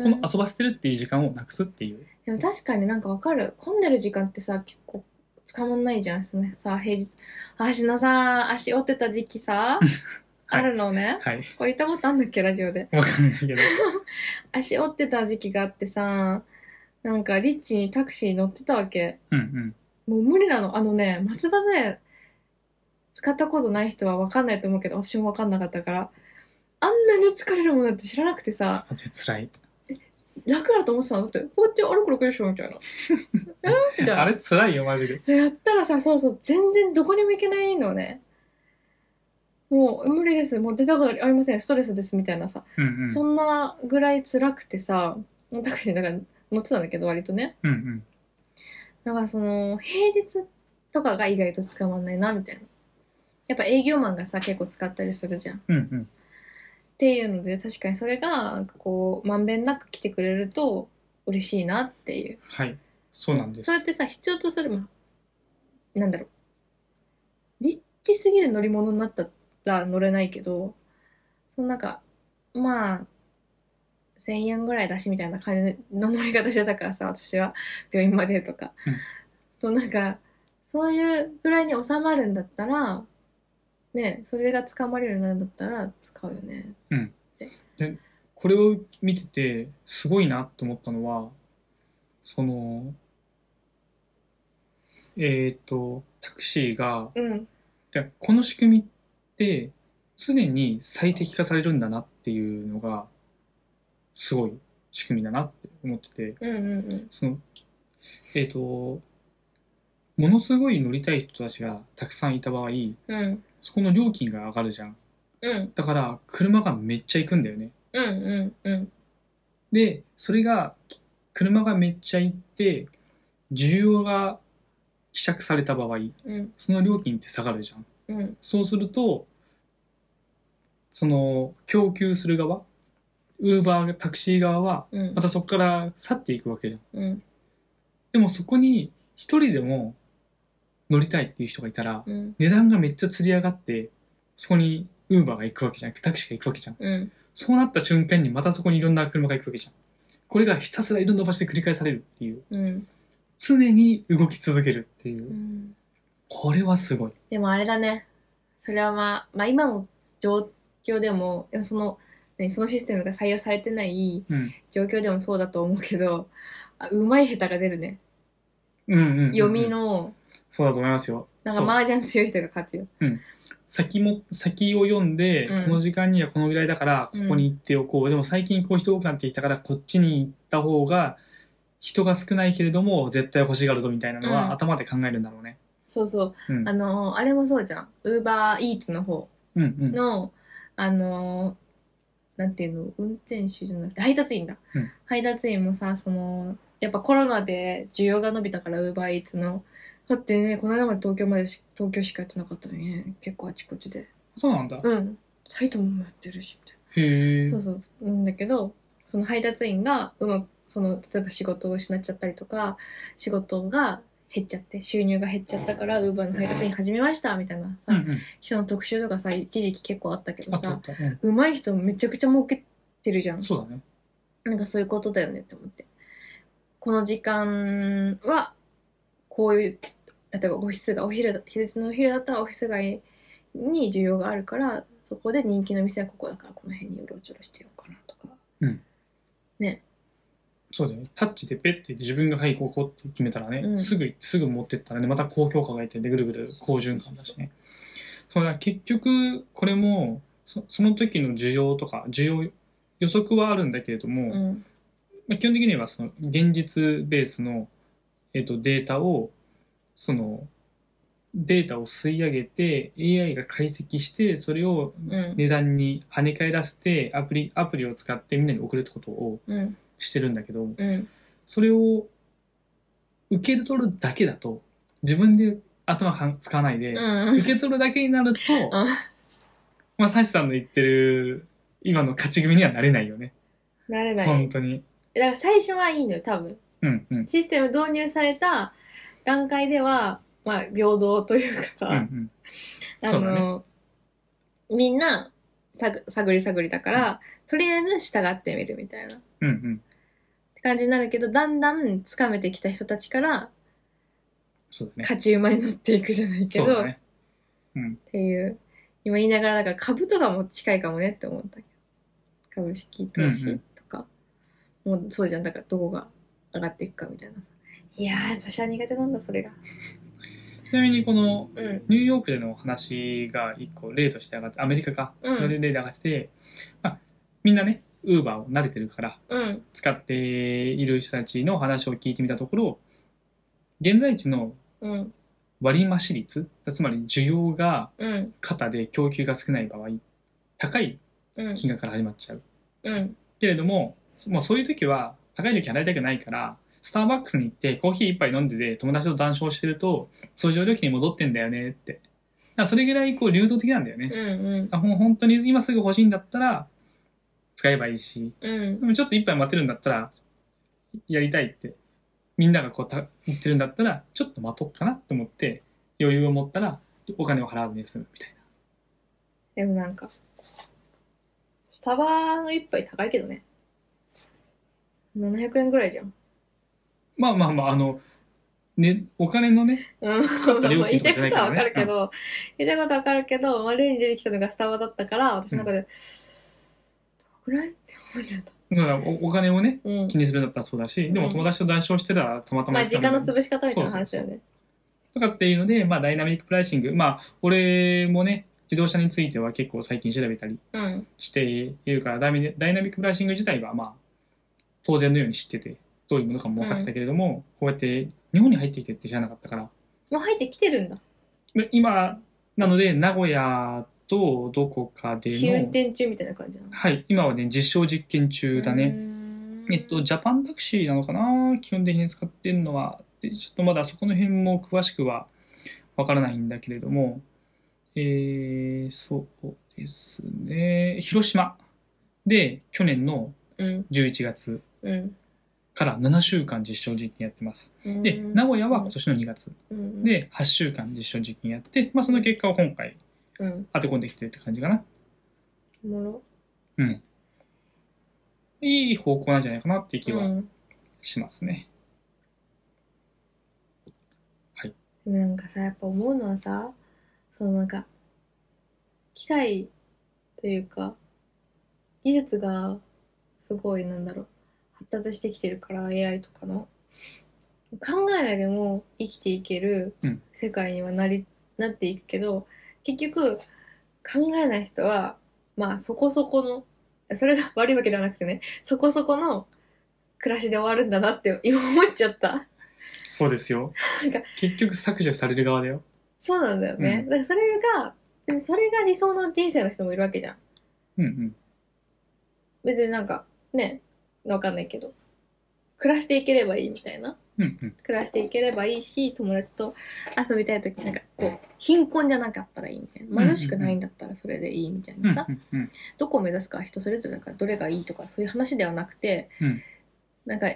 Speaker 2: ね。
Speaker 1: 遊ばせてるっていう時間をなくすっていう。
Speaker 2: でも確かになんかわかる。混んでる時間ってさ、結構捕まんないじゃん。そのさ、平日。足のさ、足折ってた時期さ、あるのね。
Speaker 1: はい。
Speaker 2: これ言ったことあんだっけ、ラジオで。
Speaker 1: わかんないけど。
Speaker 2: 足折ってた時期があってさなんかリッチにタクシー乗ってたわけ
Speaker 1: うんうん。
Speaker 2: もう無理なのあのね松葉杖使ったことない人は分かんないと思うけど私も分かんなかったからあんなに疲れるものだって知らなくてさ
Speaker 1: まず辛い。
Speaker 2: 楽だと思ってたのだってこうやって歩くだけでしょみ
Speaker 1: [laughs]
Speaker 2: たいなえみたいな
Speaker 1: あれ辛いよ、マジで。
Speaker 2: やったらさ、そうそう、全然どこにも行けないのね。もう無理です、もう出たくありません、ストレスですみたいなさ、
Speaker 1: うんうん。
Speaker 2: そんなぐらい辛くてさ、タクシーだから乗ってたんだけど、割とね。
Speaker 1: うんうん。
Speaker 2: だからその、平日とかが意外と捕まんないな、みたいな。やっぱ営業マンがさ、結構使ったりするじゃん。っ
Speaker 1: うんうん。
Speaker 2: ていうので、確かにそれが、なんかこう、まんべんなく来てくれると嬉しいなっていう。
Speaker 1: はい。そうなんです。
Speaker 2: そうやってさ、必要とする、まあ、なんだろう。リッチすぎる乗り物になったら乗れないけど、そのなんか、まあ、1000円ぐらいだしみたいな感じの乗り方してたからさ、私は病院までとか。
Speaker 1: うん
Speaker 2: となんか、そういうぐらいに収まるんだったら、ね、それが捕まれるようになるんだったら使うよね。
Speaker 1: これを見てて、すごいなと思ったのは、その、えっ、と、タクシーが、
Speaker 2: うん。
Speaker 1: じゃあこの仕組みって、常に最適化されるんだなっていうのが、すごい仕組みだなって思ってて、
Speaker 2: うんうん
Speaker 1: その、えっ、と、ものすごい乗りたい人たちがたくさんいた場合、
Speaker 2: うん。うん。
Speaker 1: そこの料金が上がるじゃん。
Speaker 2: うん。
Speaker 1: だから、車がめっちゃ行くんだよね。
Speaker 2: うんうんうん。
Speaker 1: で、それが、き車がめっちゃいって、需要が希釈された場合、
Speaker 2: うん
Speaker 1: その料金って下がるじゃん。
Speaker 2: うん
Speaker 1: そうすると、その、供給する側、ウーバー、タクシー側は、
Speaker 2: うん
Speaker 1: またそこから去っていくわけじゃん。
Speaker 2: うん
Speaker 1: でもそこに、一人でも乗りたいっていう人がいたら、
Speaker 2: うん
Speaker 1: 値段がめっちゃ釣り上がって、そこにウーバーが行くわけじゃん。タクシーが行くわけじゃん。
Speaker 2: うん
Speaker 1: そうなった瞬間にまたそこにいろんな車が行くわけじゃん。これがひたすらいろんな場所で繰り返されるっていう。
Speaker 2: うん
Speaker 1: 常に動き続けるっていうう。
Speaker 2: ん。
Speaker 1: これはすごい。
Speaker 2: でもあれだね。それはまあ、まあ今の状況でも、でもその、何そのシステムが採用されてない
Speaker 1: うん。
Speaker 2: 状況でもそうだと思うけど、あうまい下手が出るね。
Speaker 1: うんうんうんうん
Speaker 2: 読み。の、
Speaker 1: そうだと思いますよ。
Speaker 2: なんか麻雀強い人が勝つよ。
Speaker 1: 先も、先を読んで、
Speaker 2: うん
Speaker 1: この時間にはこのぐらいだから、ここに行っておこう。でも最近こう人多くなってきたから、こっちに行った方が、人が少ないけれども、絶対欲しがるぞみたいなのは、
Speaker 2: うん
Speaker 1: 頭で考えるんだろうね。
Speaker 2: そうそ
Speaker 1: う
Speaker 2: う。
Speaker 1: ん。
Speaker 2: あのー、あれもそうじゃん。ウーバーイーツの方
Speaker 1: うんうん。
Speaker 2: の、あのー、なんていうの、運転手じゃなくて、配達員だ。
Speaker 1: うん
Speaker 2: 配達員もさ、その、やっぱコロナで需要が伸びたから、ウーバーイーツの。だってね、この間まで東京までし、東京しかやってなかったのにね、結構あちこちで。
Speaker 1: そうなんだ。
Speaker 2: うん。埼玉もやってるし、みたいな。
Speaker 1: へえ。
Speaker 2: そうそうなんだけどその配達員がうまくその例えば仕事を失っちゃったりとか仕事が減っちゃって収入が減っちゃったからウーバーの配達員始めましたみたいな
Speaker 1: う
Speaker 2: さ、
Speaker 1: んうん。
Speaker 2: 人の特集とかさ一時期結構あったけど
Speaker 1: あったあ
Speaker 2: さ
Speaker 1: った。うん
Speaker 2: うまい人めちゃくちゃ儲けてるじゃん
Speaker 1: そうだね。
Speaker 2: なんかそういうことだよねって思ってこの時間はこういう例えばオフィスがお昼だ平日のお昼だったらオフィス街に需要があるからそこで人気の店はここだからこの辺にうろちょろしてようかなとか
Speaker 1: そうだよね。タッチでペッて自分がはい、ここって決めたらね、
Speaker 2: うん
Speaker 1: すぐ行って、すぐ持ってったらね、また高評価がいて、で、ぐるぐる好循環だしね。そうだ、結局、これもそ、その時の需要とか、需要予測はあるんだけれども、
Speaker 2: うん
Speaker 1: まあ、基本的にはその現実ベースの、えっとデータをそのデータを吸い上げて AI が解析してそれを
Speaker 2: うん
Speaker 1: 値段に跳ね返らせてアプリアプリを使ってみんなに送るってことを
Speaker 2: うん
Speaker 1: してるんだけど
Speaker 2: うん
Speaker 1: それを受け取るだけだと自分で頭かん使わないで、
Speaker 2: うん
Speaker 1: 受け取るだけになると、
Speaker 2: ん
Speaker 1: まあサシさんの言ってる今の勝ち組にはなれないよね、
Speaker 2: なれない
Speaker 1: 本当に。
Speaker 2: だから最初はいいのよ多分
Speaker 1: うんうん
Speaker 2: システム導入された段階ではまあ平等というかさ、
Speaker 1: うんうん
Speaker 2: あ
Speaker 1: そうだ
Speaker 2: の、みんな探探り探りだから、とりあえず従ってみるみたいな
Speaker 1: うんうん。
Speaker 2: 感じになるけどだんだんつかめてきた人たちから
Speaker 1: そうだね。
Speaker 2: 勝ち馬に乗っていくじゃないけ
Speaker 1: そ
Speaker 2: ど、
Speaker 1: うだね。
Speaker 2: っていう今言いながらだから株とかも近いかもねって思ったけど株式投資とか、もうそうじゃんだからどこが上がっていくかみたいなさいやー私は苦手なんだそれが
Speaker 1: ちなみにこの
Speaker 2: うん
Speaker 1: ニューヨークでの話が一個例として上がって、アメリカか、
Speaker 2: うん
Speaker 1: の例で上がってて、まあ、みんなね、ウーバーを慣れてるから
Speaker 2: うん
Speaker 1: 使っている人たちの話を聞いてみたところ、現在地の
Speaker 2: うん
Speaker 1: 割増率、つまり需要が
Speaker 2: うん
Speaker 1: 肩で供給が少ない場合、高い
Speaker 2: うん
Speaker 1: 金額から始まっちゃう。
Speaker 2: うん
Speaker 1: けれども、もうそういう時は高い時払いたくないから、スターバックスに行ってコーヒー一杯飲んでて友達と談笑してると通常料金に戻ってんだよねって。だからそれぐらいこう流動的なんだよね。
Speaker 2: うんうん
Speaker 1: あほん本当に今すぐ欲しいんだったら使えばいいし、
Speaker 2: うん
Speaker 1: でもちょっと一杯待てるんだったらやりたいって、みんながこうた言ってるんだったらちょっと待とうかなと思って余裕を持ったらお金を払わずに済むみたいな。
Speaker 2: でもなんか、スタバの一杯高いけどね。700円ぐらいじゃん。
Speaker 1: まあまあまあ、あの、ね、お金のね、
Speaker 2: うん、
Speaker 1: った料金
Speaker 2: 言い
Speaker 1: と
Speaker 2: た
Speaker 1: かじゃな
Speaker 2: いこ
Speaker 1: い
Speaker 2: と
Speaker 1: から
Speaker 2: はわ
Speaker 1: ね
Speaker 2: かるけど、言いたいことはわかるけど、まあ、例に出てきたのがスタバだったから、私の中で、高くないって思っちゃった。
Speaker 1: そのおお金をね、
Speaker 2: うん。
Speaker 1: 気にするんだったらそうだし、でも友達と談笑してたらたまたま
Speaker 2: まあ、
Speaker 1: 行って
Speaker 2: 時
Speaker 1: た
Speaker 2: 間
Speaker 1: んだけ
Speaker 2: の
Speaker 1: ど
Speaker 2: 潰し方みたいな話だよね。
Speaker 1: とかっていうので、まあ、ダイナミックプライシング、まあ、俺もね、自動車については結構最近調べたり
Speaker 2: うん。
Speaker 1: しているから、ダイナダイナミックプライシング自体は、まあ、当然のように知ってて、どういうものかも分かってたけれども、こうやって日本に入ってきてって知らなかったから、
Speaker 2: もう入ってきてるんだ。
Speaker 1: 今、なので、名古屋と、どこかで
Speaker 2: 試運
Speaker 1: の、
Speaker 2: 転中みたいな感じなの
Speaker 1: はい、今はね、実証実験中だね。。えっと、ジ
Speaker 2: ゃ
Speaker 1: ャパンタクシーなのかな基本的に使ってるのは。で、ちょっとまだそこの辺も詳しくはわからないんだけれども、えー、そうですね。広島で去年の
Speaker 2: うん、
Speaker 1: 11月
Speaker 2: うん。
Speaker 1: から7週間実証実験やってます。
Speaker 2: うん
Speaker 1: で、名古屋は今年の2月
Speaker 2: うん、
Speaker 1: で8週間実証実験やって、まあその結果を今回
Speaker 2: うん、
Speaker 1: 当て込んできてるって感じかな。
Speaker 2: おもろ
Speaker 1: いい方向なんじゃないかなっていう気
Speaker 2: う
Speaker 1: は
Speaker 2: ん
Speaker 1: しますね。
Speaker 2: でもなんかさやっぱ思うのはさそのなんか機械というか技術がすごいなんだろう発達してきてるから AI とかの考えないでも生きていける
Speaker 1: うん
Speaker 2: 世界にはなり、なっていくけど結局考えない人はまあそこそこのそれが悪いわけではなくてねそこそこの暮らしで終わるんだなって今思っちゃった。
Speaker 1: そうですよ
Speaker 2: なんか。
Speaker 1: 結局削除される側だよ。
Speaker 2: そうなんだよね。
Speaker 1: う
Speaker 2: だからそれが、それが理想の人生の人もいるわけじゃん。
Speaker 1: うんうん。
Speaker 2: 別になんか、ね、わかんないけど。暮らしていければいいみたいな。
Speaker 1: うんうん。
Speaker 2: 暮らしていければいいし、友達と遊びたいとき、なんかこう、貧困じゃなかったらいいみたいな。貧しくないんだったらそれでいいみたいなさ。
Speaker 1: うんうんうん
Speaker 2: どこを目指すかは人それぞれだから、どれがいいとかそういう話ではなくて、
Speaker 1: うん
Speaker 2: なんか、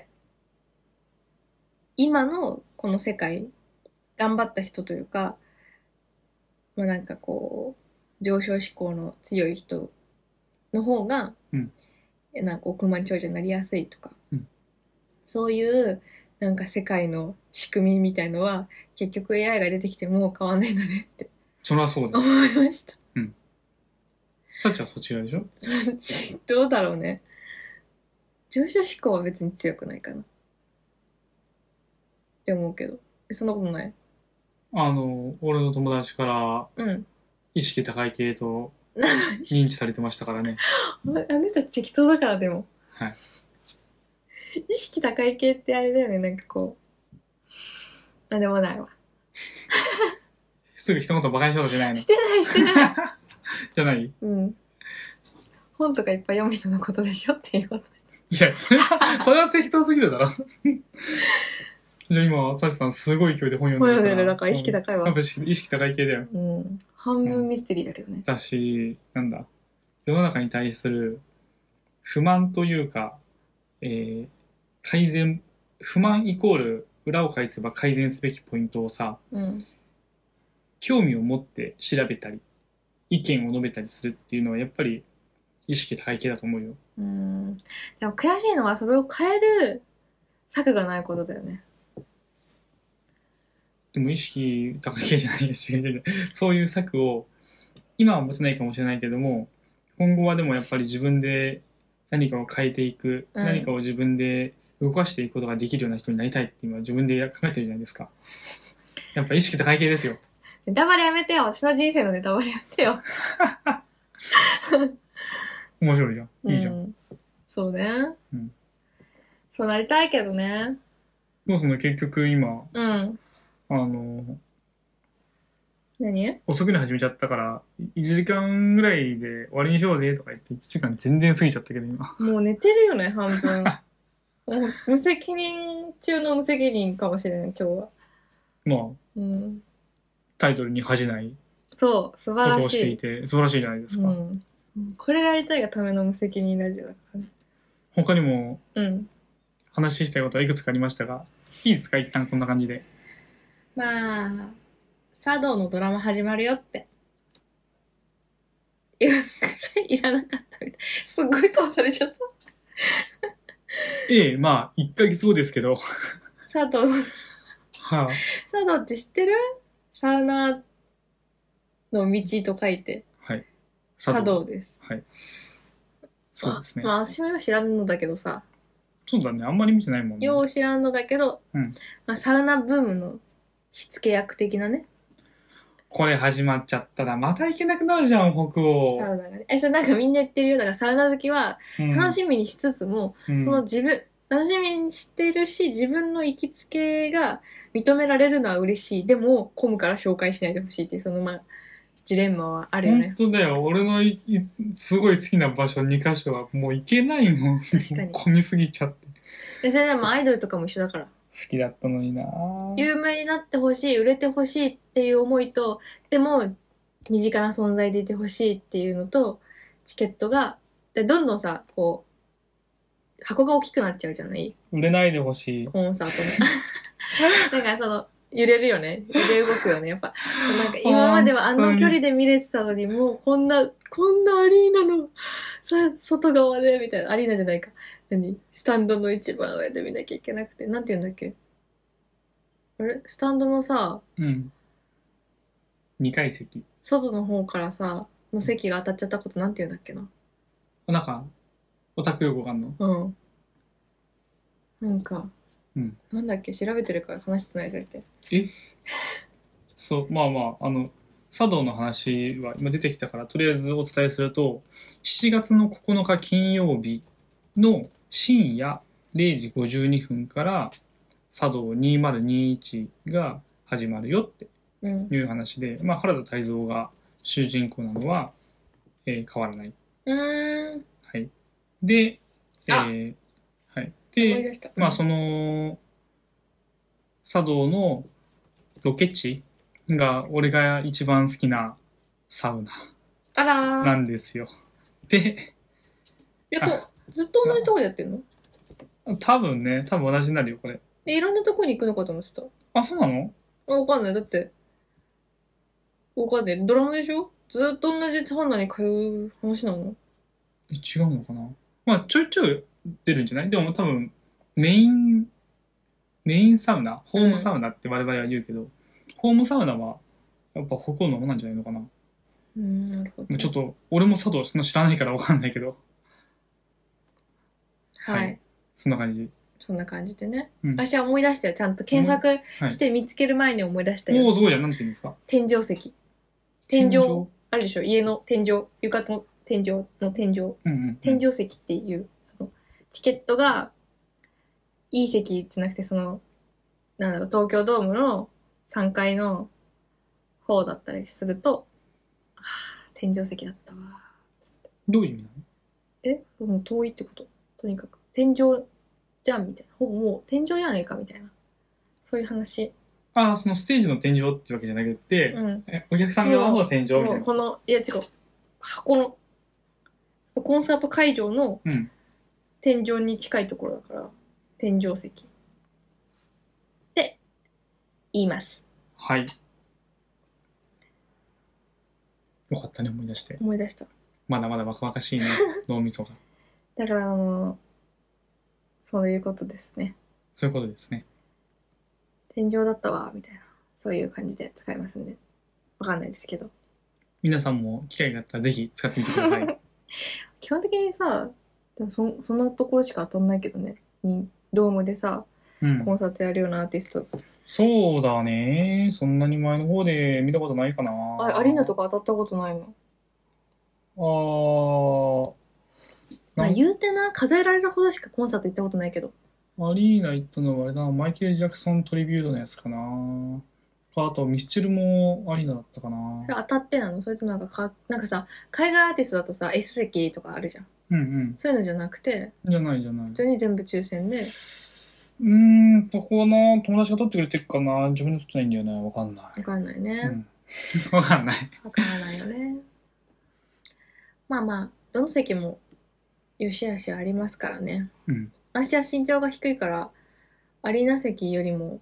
Speaker 2: 今のこの世界、頑張った人というか、まあなんかこう、上昇志向の強い人の方が、
Speaker 1: うん
Speaker 2: えなんか億万長者になりやすいとか、
Speaker 1: うん
Speaker 2: そういうなんか世界の仕組みみたいのは、結局 AI が出てきてもう変わんないんだねって
Speaker 1: それはそうだ
Speaker 2: 思
Speaker 1: よ。
Speaker 2: いました。
Speaker 1: さっちはそう違うでしょ
Speaker 2: そっち [laughs] どうだろうね上昇志向は別に強くないかなって思うけどえそんなことない
Speaker 1: あの、俺の友達から
Speaker 2: うん
Speaker 1: 意識高い系と
Speaker 2: な
Speaker 1: 認知されてましたからね。
Speaker 2: あなた適当だからでも
Speaker 1: はい
Speaker 2: 意識高い系ってあれだよねなんかこうなんでもないわ
Speaker 1: すぐ一言バカにしようとしないの
Speaker 2: し。てないしてない
Speaker 1: [laughs] じゃない
Speaker 2: うん本とかいっぱい読む人のことでしょっていうこと
Speaker 1: いや、それは、それは適当すぎるだろ。 [laughs] じゃあ今、サチさんすごい勢いで本読んで
Speaker 2: も
Speaker 1: る
Speaker 2: うねだから意識
Speaker 1: 高い。
Speaker 2: 高い
Speaker 1: やっ
Speaker 2: わ
Speaker 1: ぱ意識意識高い系だよ。
Speaker 2: うん半分ミステリーだけどね
Speaker 1: だし、なんだ、世の中に対する不満というか、えー改善、不満イコール裏を返せば改善すべきポイントをさ、
Speaker 2: うん
Speaker 1: 興味を持って調べたり、意見を述べたりするっていうのはやっぱり意識高い系だと思うよ。
Speaker 2: うんでも悔しいのはそれを変える策がないことだよね。
Speaker 1: でも意識高い系じゃないよ、違う違う違うそういう策を、今は持てないかもしれないけども、今後はでもやっぱり自分で何かを変えていく、
Speaker 2: うん
Speaker 1: 何かを自分で動かしていくことができるような人になりたいって今自分で考えてるじゃないですか。やっぱ意識高い系ですよ。
Speaker 2: ネタバレやめてよ私の人生のネタバレやめてよ。
Speaker 1: 面白いじゃん。いいじゃん。
Speaker 2: うん、そうね、
Speaker 1: うん
Speaker 2: そうなりたいけどね。
Speaker 1: どうすんの結局今、
Speaker 2: うん。
Speaker 1: あの、
Speaker 2: 何
Speaker 1: 遅くに始めちゃったから、1時間ぐらいで終わりにしようぜとか言って、1時間全然過ぎちゃったけど今。
Speaker 2: もう寝てるよね、半
Speaker 1: [laughs]
Speaker 2: 分。もう無責任中の無責任かもしれない、今日は。
Speaker 1: まあ、
Speaker 2: うん。
Speaker 1: タイトルに恥じない
Speaker 2: そう、素晴
Speaker 1: こ
Speaker 2: ら
Speaker 1: とを
Speaker 2: し
Speaker 1: してい
Speaker 2: い。
Speaker 1: て、素晴らしいじゃないですか。
Speaker 2: うん。これがやりたいがための無責任ラジオだからね。
Speaker 1: 他にも
Speaker 2: うん。
Speaker 1: 話したいことはいくつかありましたが、いいですか一旦こんな感じで。
Speaker 2: まあ、茶道のドラマ始まるよって。いや、いらなかったみたい。すっごい顔されちゃっ
Speaker 1: ええ、まあ、1ヶ月後ですけど、
Speaker 2: た。茶道、
Speaker 1: はあ、
Speaker 2: 茶道って知ってるサウナの道と書いて、
Speaker 1: はい。
Speaker 2: 茶道です。
Speaker 1: はい。そうですね
Speaker 2: ま。あ、私もよう知らんのだけどさ、
Speaker 1: そうだね、あんまり見てないもんね。
Speaker 2: よう知らんのだけど、
Speaker 1: うん
Speaker 2: まあ、サウナブームの火付け役的なね、
Speaker 1: これ始まっちゃったら、また行けなくなるじゃん、北欧
Speaker 2: サ。ウナがね。え、それなんかみんな言ってるよ。だからサウナ好きは楽しみにしつつも、
Speaker 1: み
Speaker 2: その自分、楽しみにしてるし、自分の行きつけが認められるのは嬉しい。でも、混むから紹介しないでほしいっていう、そのまあ、ジレンマはあるよ
Speaker 1: 本
Speaker 2: ね。
Speaker 1: 当だよ。俺のいいすごい好きな場所2カ所はもう行けないもん。
Speaker 2: かに
Speaker 1: [laughs] 混みすぎちゃって。
Speaker 2: でそれでもアイドルとかも一緒だから。
Speaker 1: 好きだったのにな
Speaker 2: 有名になってほしい、売れてほしいっていう思いと、でも、身近な存在でいてほしいっていうのと、チケットが、でどんどんさ、こう、箱が大きくなっちゃうじゃない
Speaker 1: 売れないでほしい。
Speaker 2: コンサートの。なんかその、揺れるよね。揺れ動くよね。やっぱ、なんか今まではあ
Speaker 1: 本当
Speaker 2: の
Speaker 1: に
Speaker 2: 距離で見れてたのに、もうこんな、こんなアリーナの、さ、外側で、みたいな、アリーナじゃないか。何スタンドの一番上で見なきゃいけなくて、なんて言うんだっけあれスタンドのさ、
Speaker 1: うん。2階席。
Speaker 2: 外の方からさ、の席が当たっちゃったことなんて言うんだっけな。
Speaker 1: なんか、オタク用語があんの
Speaker 2: うん。なんか、
Speaker 1: うん
Speaker 2: なんだっけ調べてるから話つないでて。
Speaker 1: そう、まあまあ、あの、茶道の話は今出てきたから、とりあえずお伝えすると、7月の9日金曜日の深夜0時52分から、茶道2021が始まるよって
Speaker 2: うん。
Speaker 1: いう話で、まあ、原田泰造が主人公なのは、えー変わらない。
Speaker 2: うーん。
Speaker 1: はい。で、え
Speaker 2: あ
Speaker 1: ーはい。
Speaker 2: 思い
Speaker 1: で、
Speaker 2: 出した。
Speaker 1: まあ、その、茶道のロケ地が、俺が一番好きなサウ
Speaker 2: あら
Speaker 1: ナ
Speaker 2: ー。
Speaker 1: なんですよ。で、
Speaker 2: やっぱ、ずっと同じとこでやってるの
Speaker 1: 多分ね、多分同じになるよ、これ。
Speaker 2: で、いろんなとこに行くのかと思ってた。
Speaker 1: あ、そうなの
Speaker 2: あわかんない。だって、わかんない。ドラマでしょずっと同じサウナに通う話なの
Speaker 1: え違うのかなまあ、ちょいちょい出るんじゃないでも多分、メイン、メインサウナ、ホームサウナって我々は言うけど、ホームサウナは、やっぱ北欧のものなんじゃないのかなも
Speaker 2: うーん、なるほど。
Speaker 1: うちょっと、俺も佐藤そんな知らないからわかんないけど、
Speaker 2: は
Speaker 1: はいい。そんな感じ。
Speaker 2: そんな感じでね。
Speaker 1: うん
Speaker 2: 私は思い出したよ。ちゃんと検索
Speaker 1: はい
Speaker 2: して見つける前に思い出したよ。
Speaker 1: おおすごいじゃん。なんて言うんですか
Speaker 2: 天井石。天井
Speaker 1: 天井
Speaker 2: あるでしょ家の天井。床の天井の天井。
Speaker 1: うんうんうん。
Speaker 2: 天井席っていう、そのチケットがいい席じゃなくてそのなんだろう東京ドームの3階の方だったりすると「はあ天井席だったわ
Speaker 1: どういう意味なの」
Speaker 2: えもう遠いってこととにかく天井じゃんみたいなほぼもう天井じゃねえかみたいなそういう話、
Speaker 1: ああ、そのステージの天井ってわけじゃなくて、
Speaker 2: うん、
Speaker 1: えお客さん側の天井みたい
Speaker 2: もう
Speaker 1: な。
Speaker 2: このいや違う箱のコンサート会場の
Speaker 1: うん。
Speaker 2: 天井に近いところだから天井石って言います
Speaker 1: はい。よかったね、思い出して。
Speaker 2: 思い出した
Speaker 1: まだまだ若々しい
Speaker 2: [laughs]
Speaker 1: ね、脳みそが。
Speaker 2: だからあのそういうことですね
Speaker 1: そういうことですね。
Speaker 2: 天井だったわみたいなそういう感じで使いますんでわかんないですけど
Speaker 1: 皆さんも機会があったらぜひ使ってみてくださ
Speaker 2: [laughs]
Speaker 1: い。
Speaker 2: 基本的にさでもそそんなところしか当たんないけどねにドームでさ
Speaker 1: うん
Speaker 2: コ、ンサートやるようなアーティスト、
Speaker 1: そうだね。そんなに前の方で見たことないかな。
Speaker 2: あアリーナと
Speaker 1: か。
Speaker 2: か当たったことないの
Speaker 1: あー
Speaker 2: まあ
Speaker 1: なん
Speaker 2: 言うてな数えられるほどしかコンサート行ったことないけど
Speaker 1: アリーナ行ったのはあれだな、マイケル・ジャクソントリビュートのやつかな。あと、ミスチルもアリーナだったかな
Speaker 2: そ。れ当たってなのそれともなんかかなんかさ海外アーティストだとさ S 席とかあるじゃん
Speaker 1: うんうん。
Speaker 2: そういうのじゃなくて
Speaker 1: じゃないじゃない。
Speaker 2: 普通に全部抽選で
Speaker 1: うーん、そこはな、友達が取ってくれてるかな。自分で取ってないんだよね。わかんな
Speaker 2: わかんないね
Speaker 1: い。うん。わかんない。 [laughs]
Speaker 2: わ、からないよねまあまあどの席もよしあしありますからね
Speaker 1: うん。
Speaker 2: 私は身長が低いからアリーナ席よりも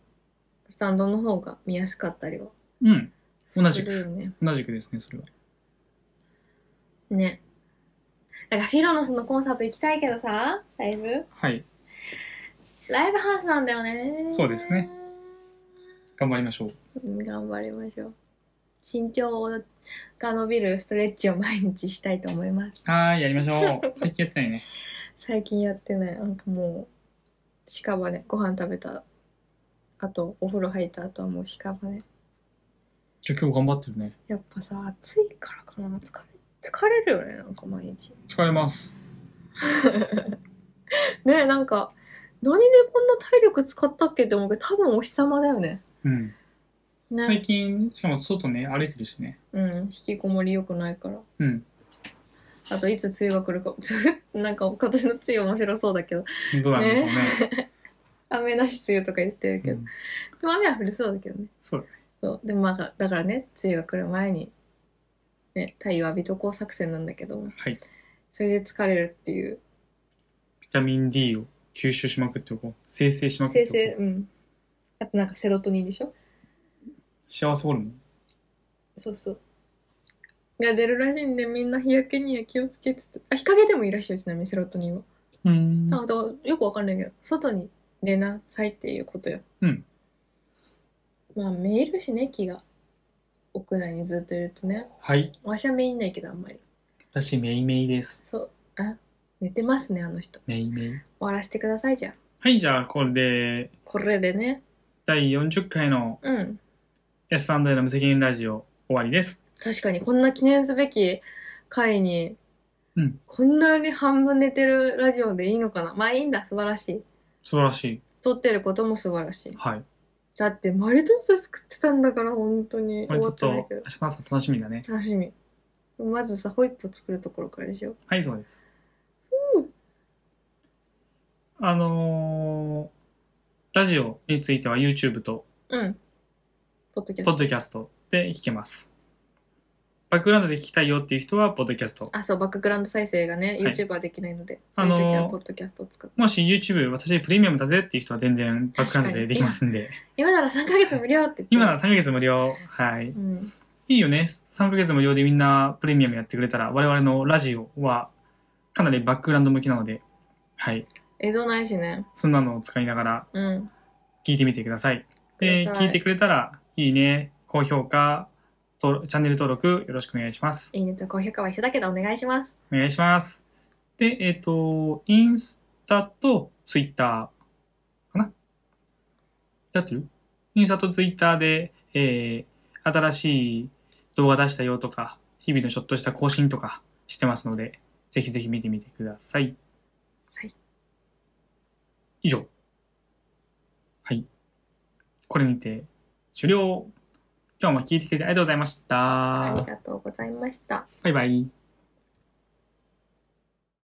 Speaker 2: スタンドの方が見やすかったりは
Speaker 1: うん。
Speaker 2: す
Speaker 1: 同じく
Speaker 2: るよね
Speaker 1: 同じくですね、それは。
Speaker 2: ねだからフィロのスのコンサート行きたいけどさライブ
Speaker 1: はい。
Speaker 2: ライブハウスなんだよね
Speaker 1: そうですね頑張りましょう。
Speaker 2: うん頑張りましょう身長が伸びるストレッチを毎日したいと思います
Speaker 1: はーい、やりましょう。 [laughs] 最近やってないね。
Speaker 2: 最近やってないなんかもう屍ご飯食べたあとお風呂入った後はもう屍
Speaker 1: じゃあ今日頑張ってるね。
Speaker 2: やっぱさ暑いからかな疲れ疲れるよねなんか毎日
Speaker 1: 疲れます。
Speaker 2: ねえなんか何でこんな体力使ったっけって思うけど多分お日様だよね
Speaker 1: うん。
Speaker 2: ね
Speaker 1: 最。近、しかも外ね、歩いてるしね。
Speaker 2: うん、引きこもり良くないから。
Speaker 1: うん。
Speaker 2: あと、いつ梅雨が来るか、 [laughs] なんか今年の梅雨面白そうだけど、
Speaker 1: どうなんでしょうね。
Speaker 2: 雨なし梅雨とか言っ
Speaker 1: [laughs]
Speaker 2: てるけど、
Speaker 1: うん
Speaker 2: でも雨は降りそうだけどね。
Speaker 1: そうだね。
Speaker 2: そう。でもまあ、だからね、梅雨が来る前に、ね、太陽浴びとこう作戦なんだけども、
Speaker 1: はい。
Speaker 2: それで疲れるっていう、
Speaker 1: ビタミン D を吸収しまくっておこう。生成しまくって
Speaker 2: 生
Speaker 1: おこう。
Speaker 2: 成、うん。あとなんかセロトニンでしょ
Speaker 1: 幸せホルモン。
Speaker 2: そうそう。が出るらしいんで、みんな日焼けには気をつけつつ、あ、日陰でもいいらしいよ、ちなみにセロトニンは。
Speaker 1: うん
Speaker 2: あ、だからよくわかんないけど、外に出なさいっていうことよ。
Speaker 1: うん。
Speaker 2: まあ、見えるしね、木が。屋内にずっといるとね。
Speaker 1: はい。
Speaker 2: わしは見えないけど、あんまり。
Speaker 1: 私、メイメイです。
Speaker 2: そう。あ、寝てますね、あの人。
Speaker 1: メイメイ。
Speaker 2: 終わらせてください、じゃあ。
Speaker 1: はい、じゃあ、これで、
Speaker 2: これでね。
Speaker 1: 第40回の
Speaker 2: うん。
Speaker 1: S&A の無責任ラジオ終わりです。
Speaker 2: 確かに、こんな記念すべき回に、
Speaker 1: うん
Speaker 2: こんなに半分寝てるラジオでいいのかな。まあいいんだ、素晴らしい。
Speaker 1: 素晴らしい。
Speaker 2: 撮ってることも素晴らしい。
Speaker 1: はい。
Speaker 2: だって、マリトッツォ作ってたんだから、本当に。
Speaker 1: これ
Speaker 2: 終
Speaker 1: ちょっ
Speaker 2: わっ
Speaker 1: と、
Speaker 2: てな
Speaker 1: 明
Speaker 2: いけど。
Speaker 1: 日の朝楽しみだね。
Speaker 2: 楽しみ。まずさ、ホイップを作るところからでしょ。
Speaker 1: はい、そうです
Speaker 2: ふ。
Speaker 1: あのーラジオについては YouTube と
Speaker 2: うん。ポッドキャス
Speaker 1: ポッ
Speaker 2: ト。
Speaker 1: ドキャストで聞けます。バックグラウンドで聞きたいよっていう人は、ポッドキャスト。
Speaker 2: あ、そう、バックグラウンド再生がね、
Speaker 1: はい
Speaker 2: YouTuber できないので、
Speaker 1: あ
Speaker 2: そ
Speaker 1: の
Speaker 2: う
Speaker 1: ー
Speaker 2: いう時はポッドキャストを使って。
Speaker 1: もし YouTube、私プレミアムだぜっていう人は全然バックグラウンドでできますんで。
Speaker 2: 今なら3ヶ月無料って言って。
Speaker 1: 今なら3ヶ月無料。はい。
Speaker 2: うん。
Speaker 1: いいよね。3ヶ月無料でみんなプレミアムやってくれたら、我々のラジオはかなりバックグラウンド向きなので、はい。
Speaker 2: 映像ないしね。
Speaker 1: そんなのを使いながら
Speaker 2: うん。
Speaker 1: 聞いてみてください。で、
Speaker 2: くださ
Speaker 1: 聞いてくれたら、いいね、高評価、とチャンネル登録よろしくお願いします。
Speaker 2: いいねと高評価は一緒だけどお願いします。
Speaker 1: お願いします。で、えっ、と、インスタとツイッターかなやってるインスタとツイッターで、えー新しい動画出したよとか、日々のちょっとした更新とかしてますので、ぜひぜひ見てみてください。
Speaker 2: はい。
Speaker 1: 以上。はい。これにて終了。今日も聞いてくれてありがとうございまし
Speaker 2: あり
Speaker 1: た。
Speaker 2: がとうございました。
Speaker 1: バイバイ。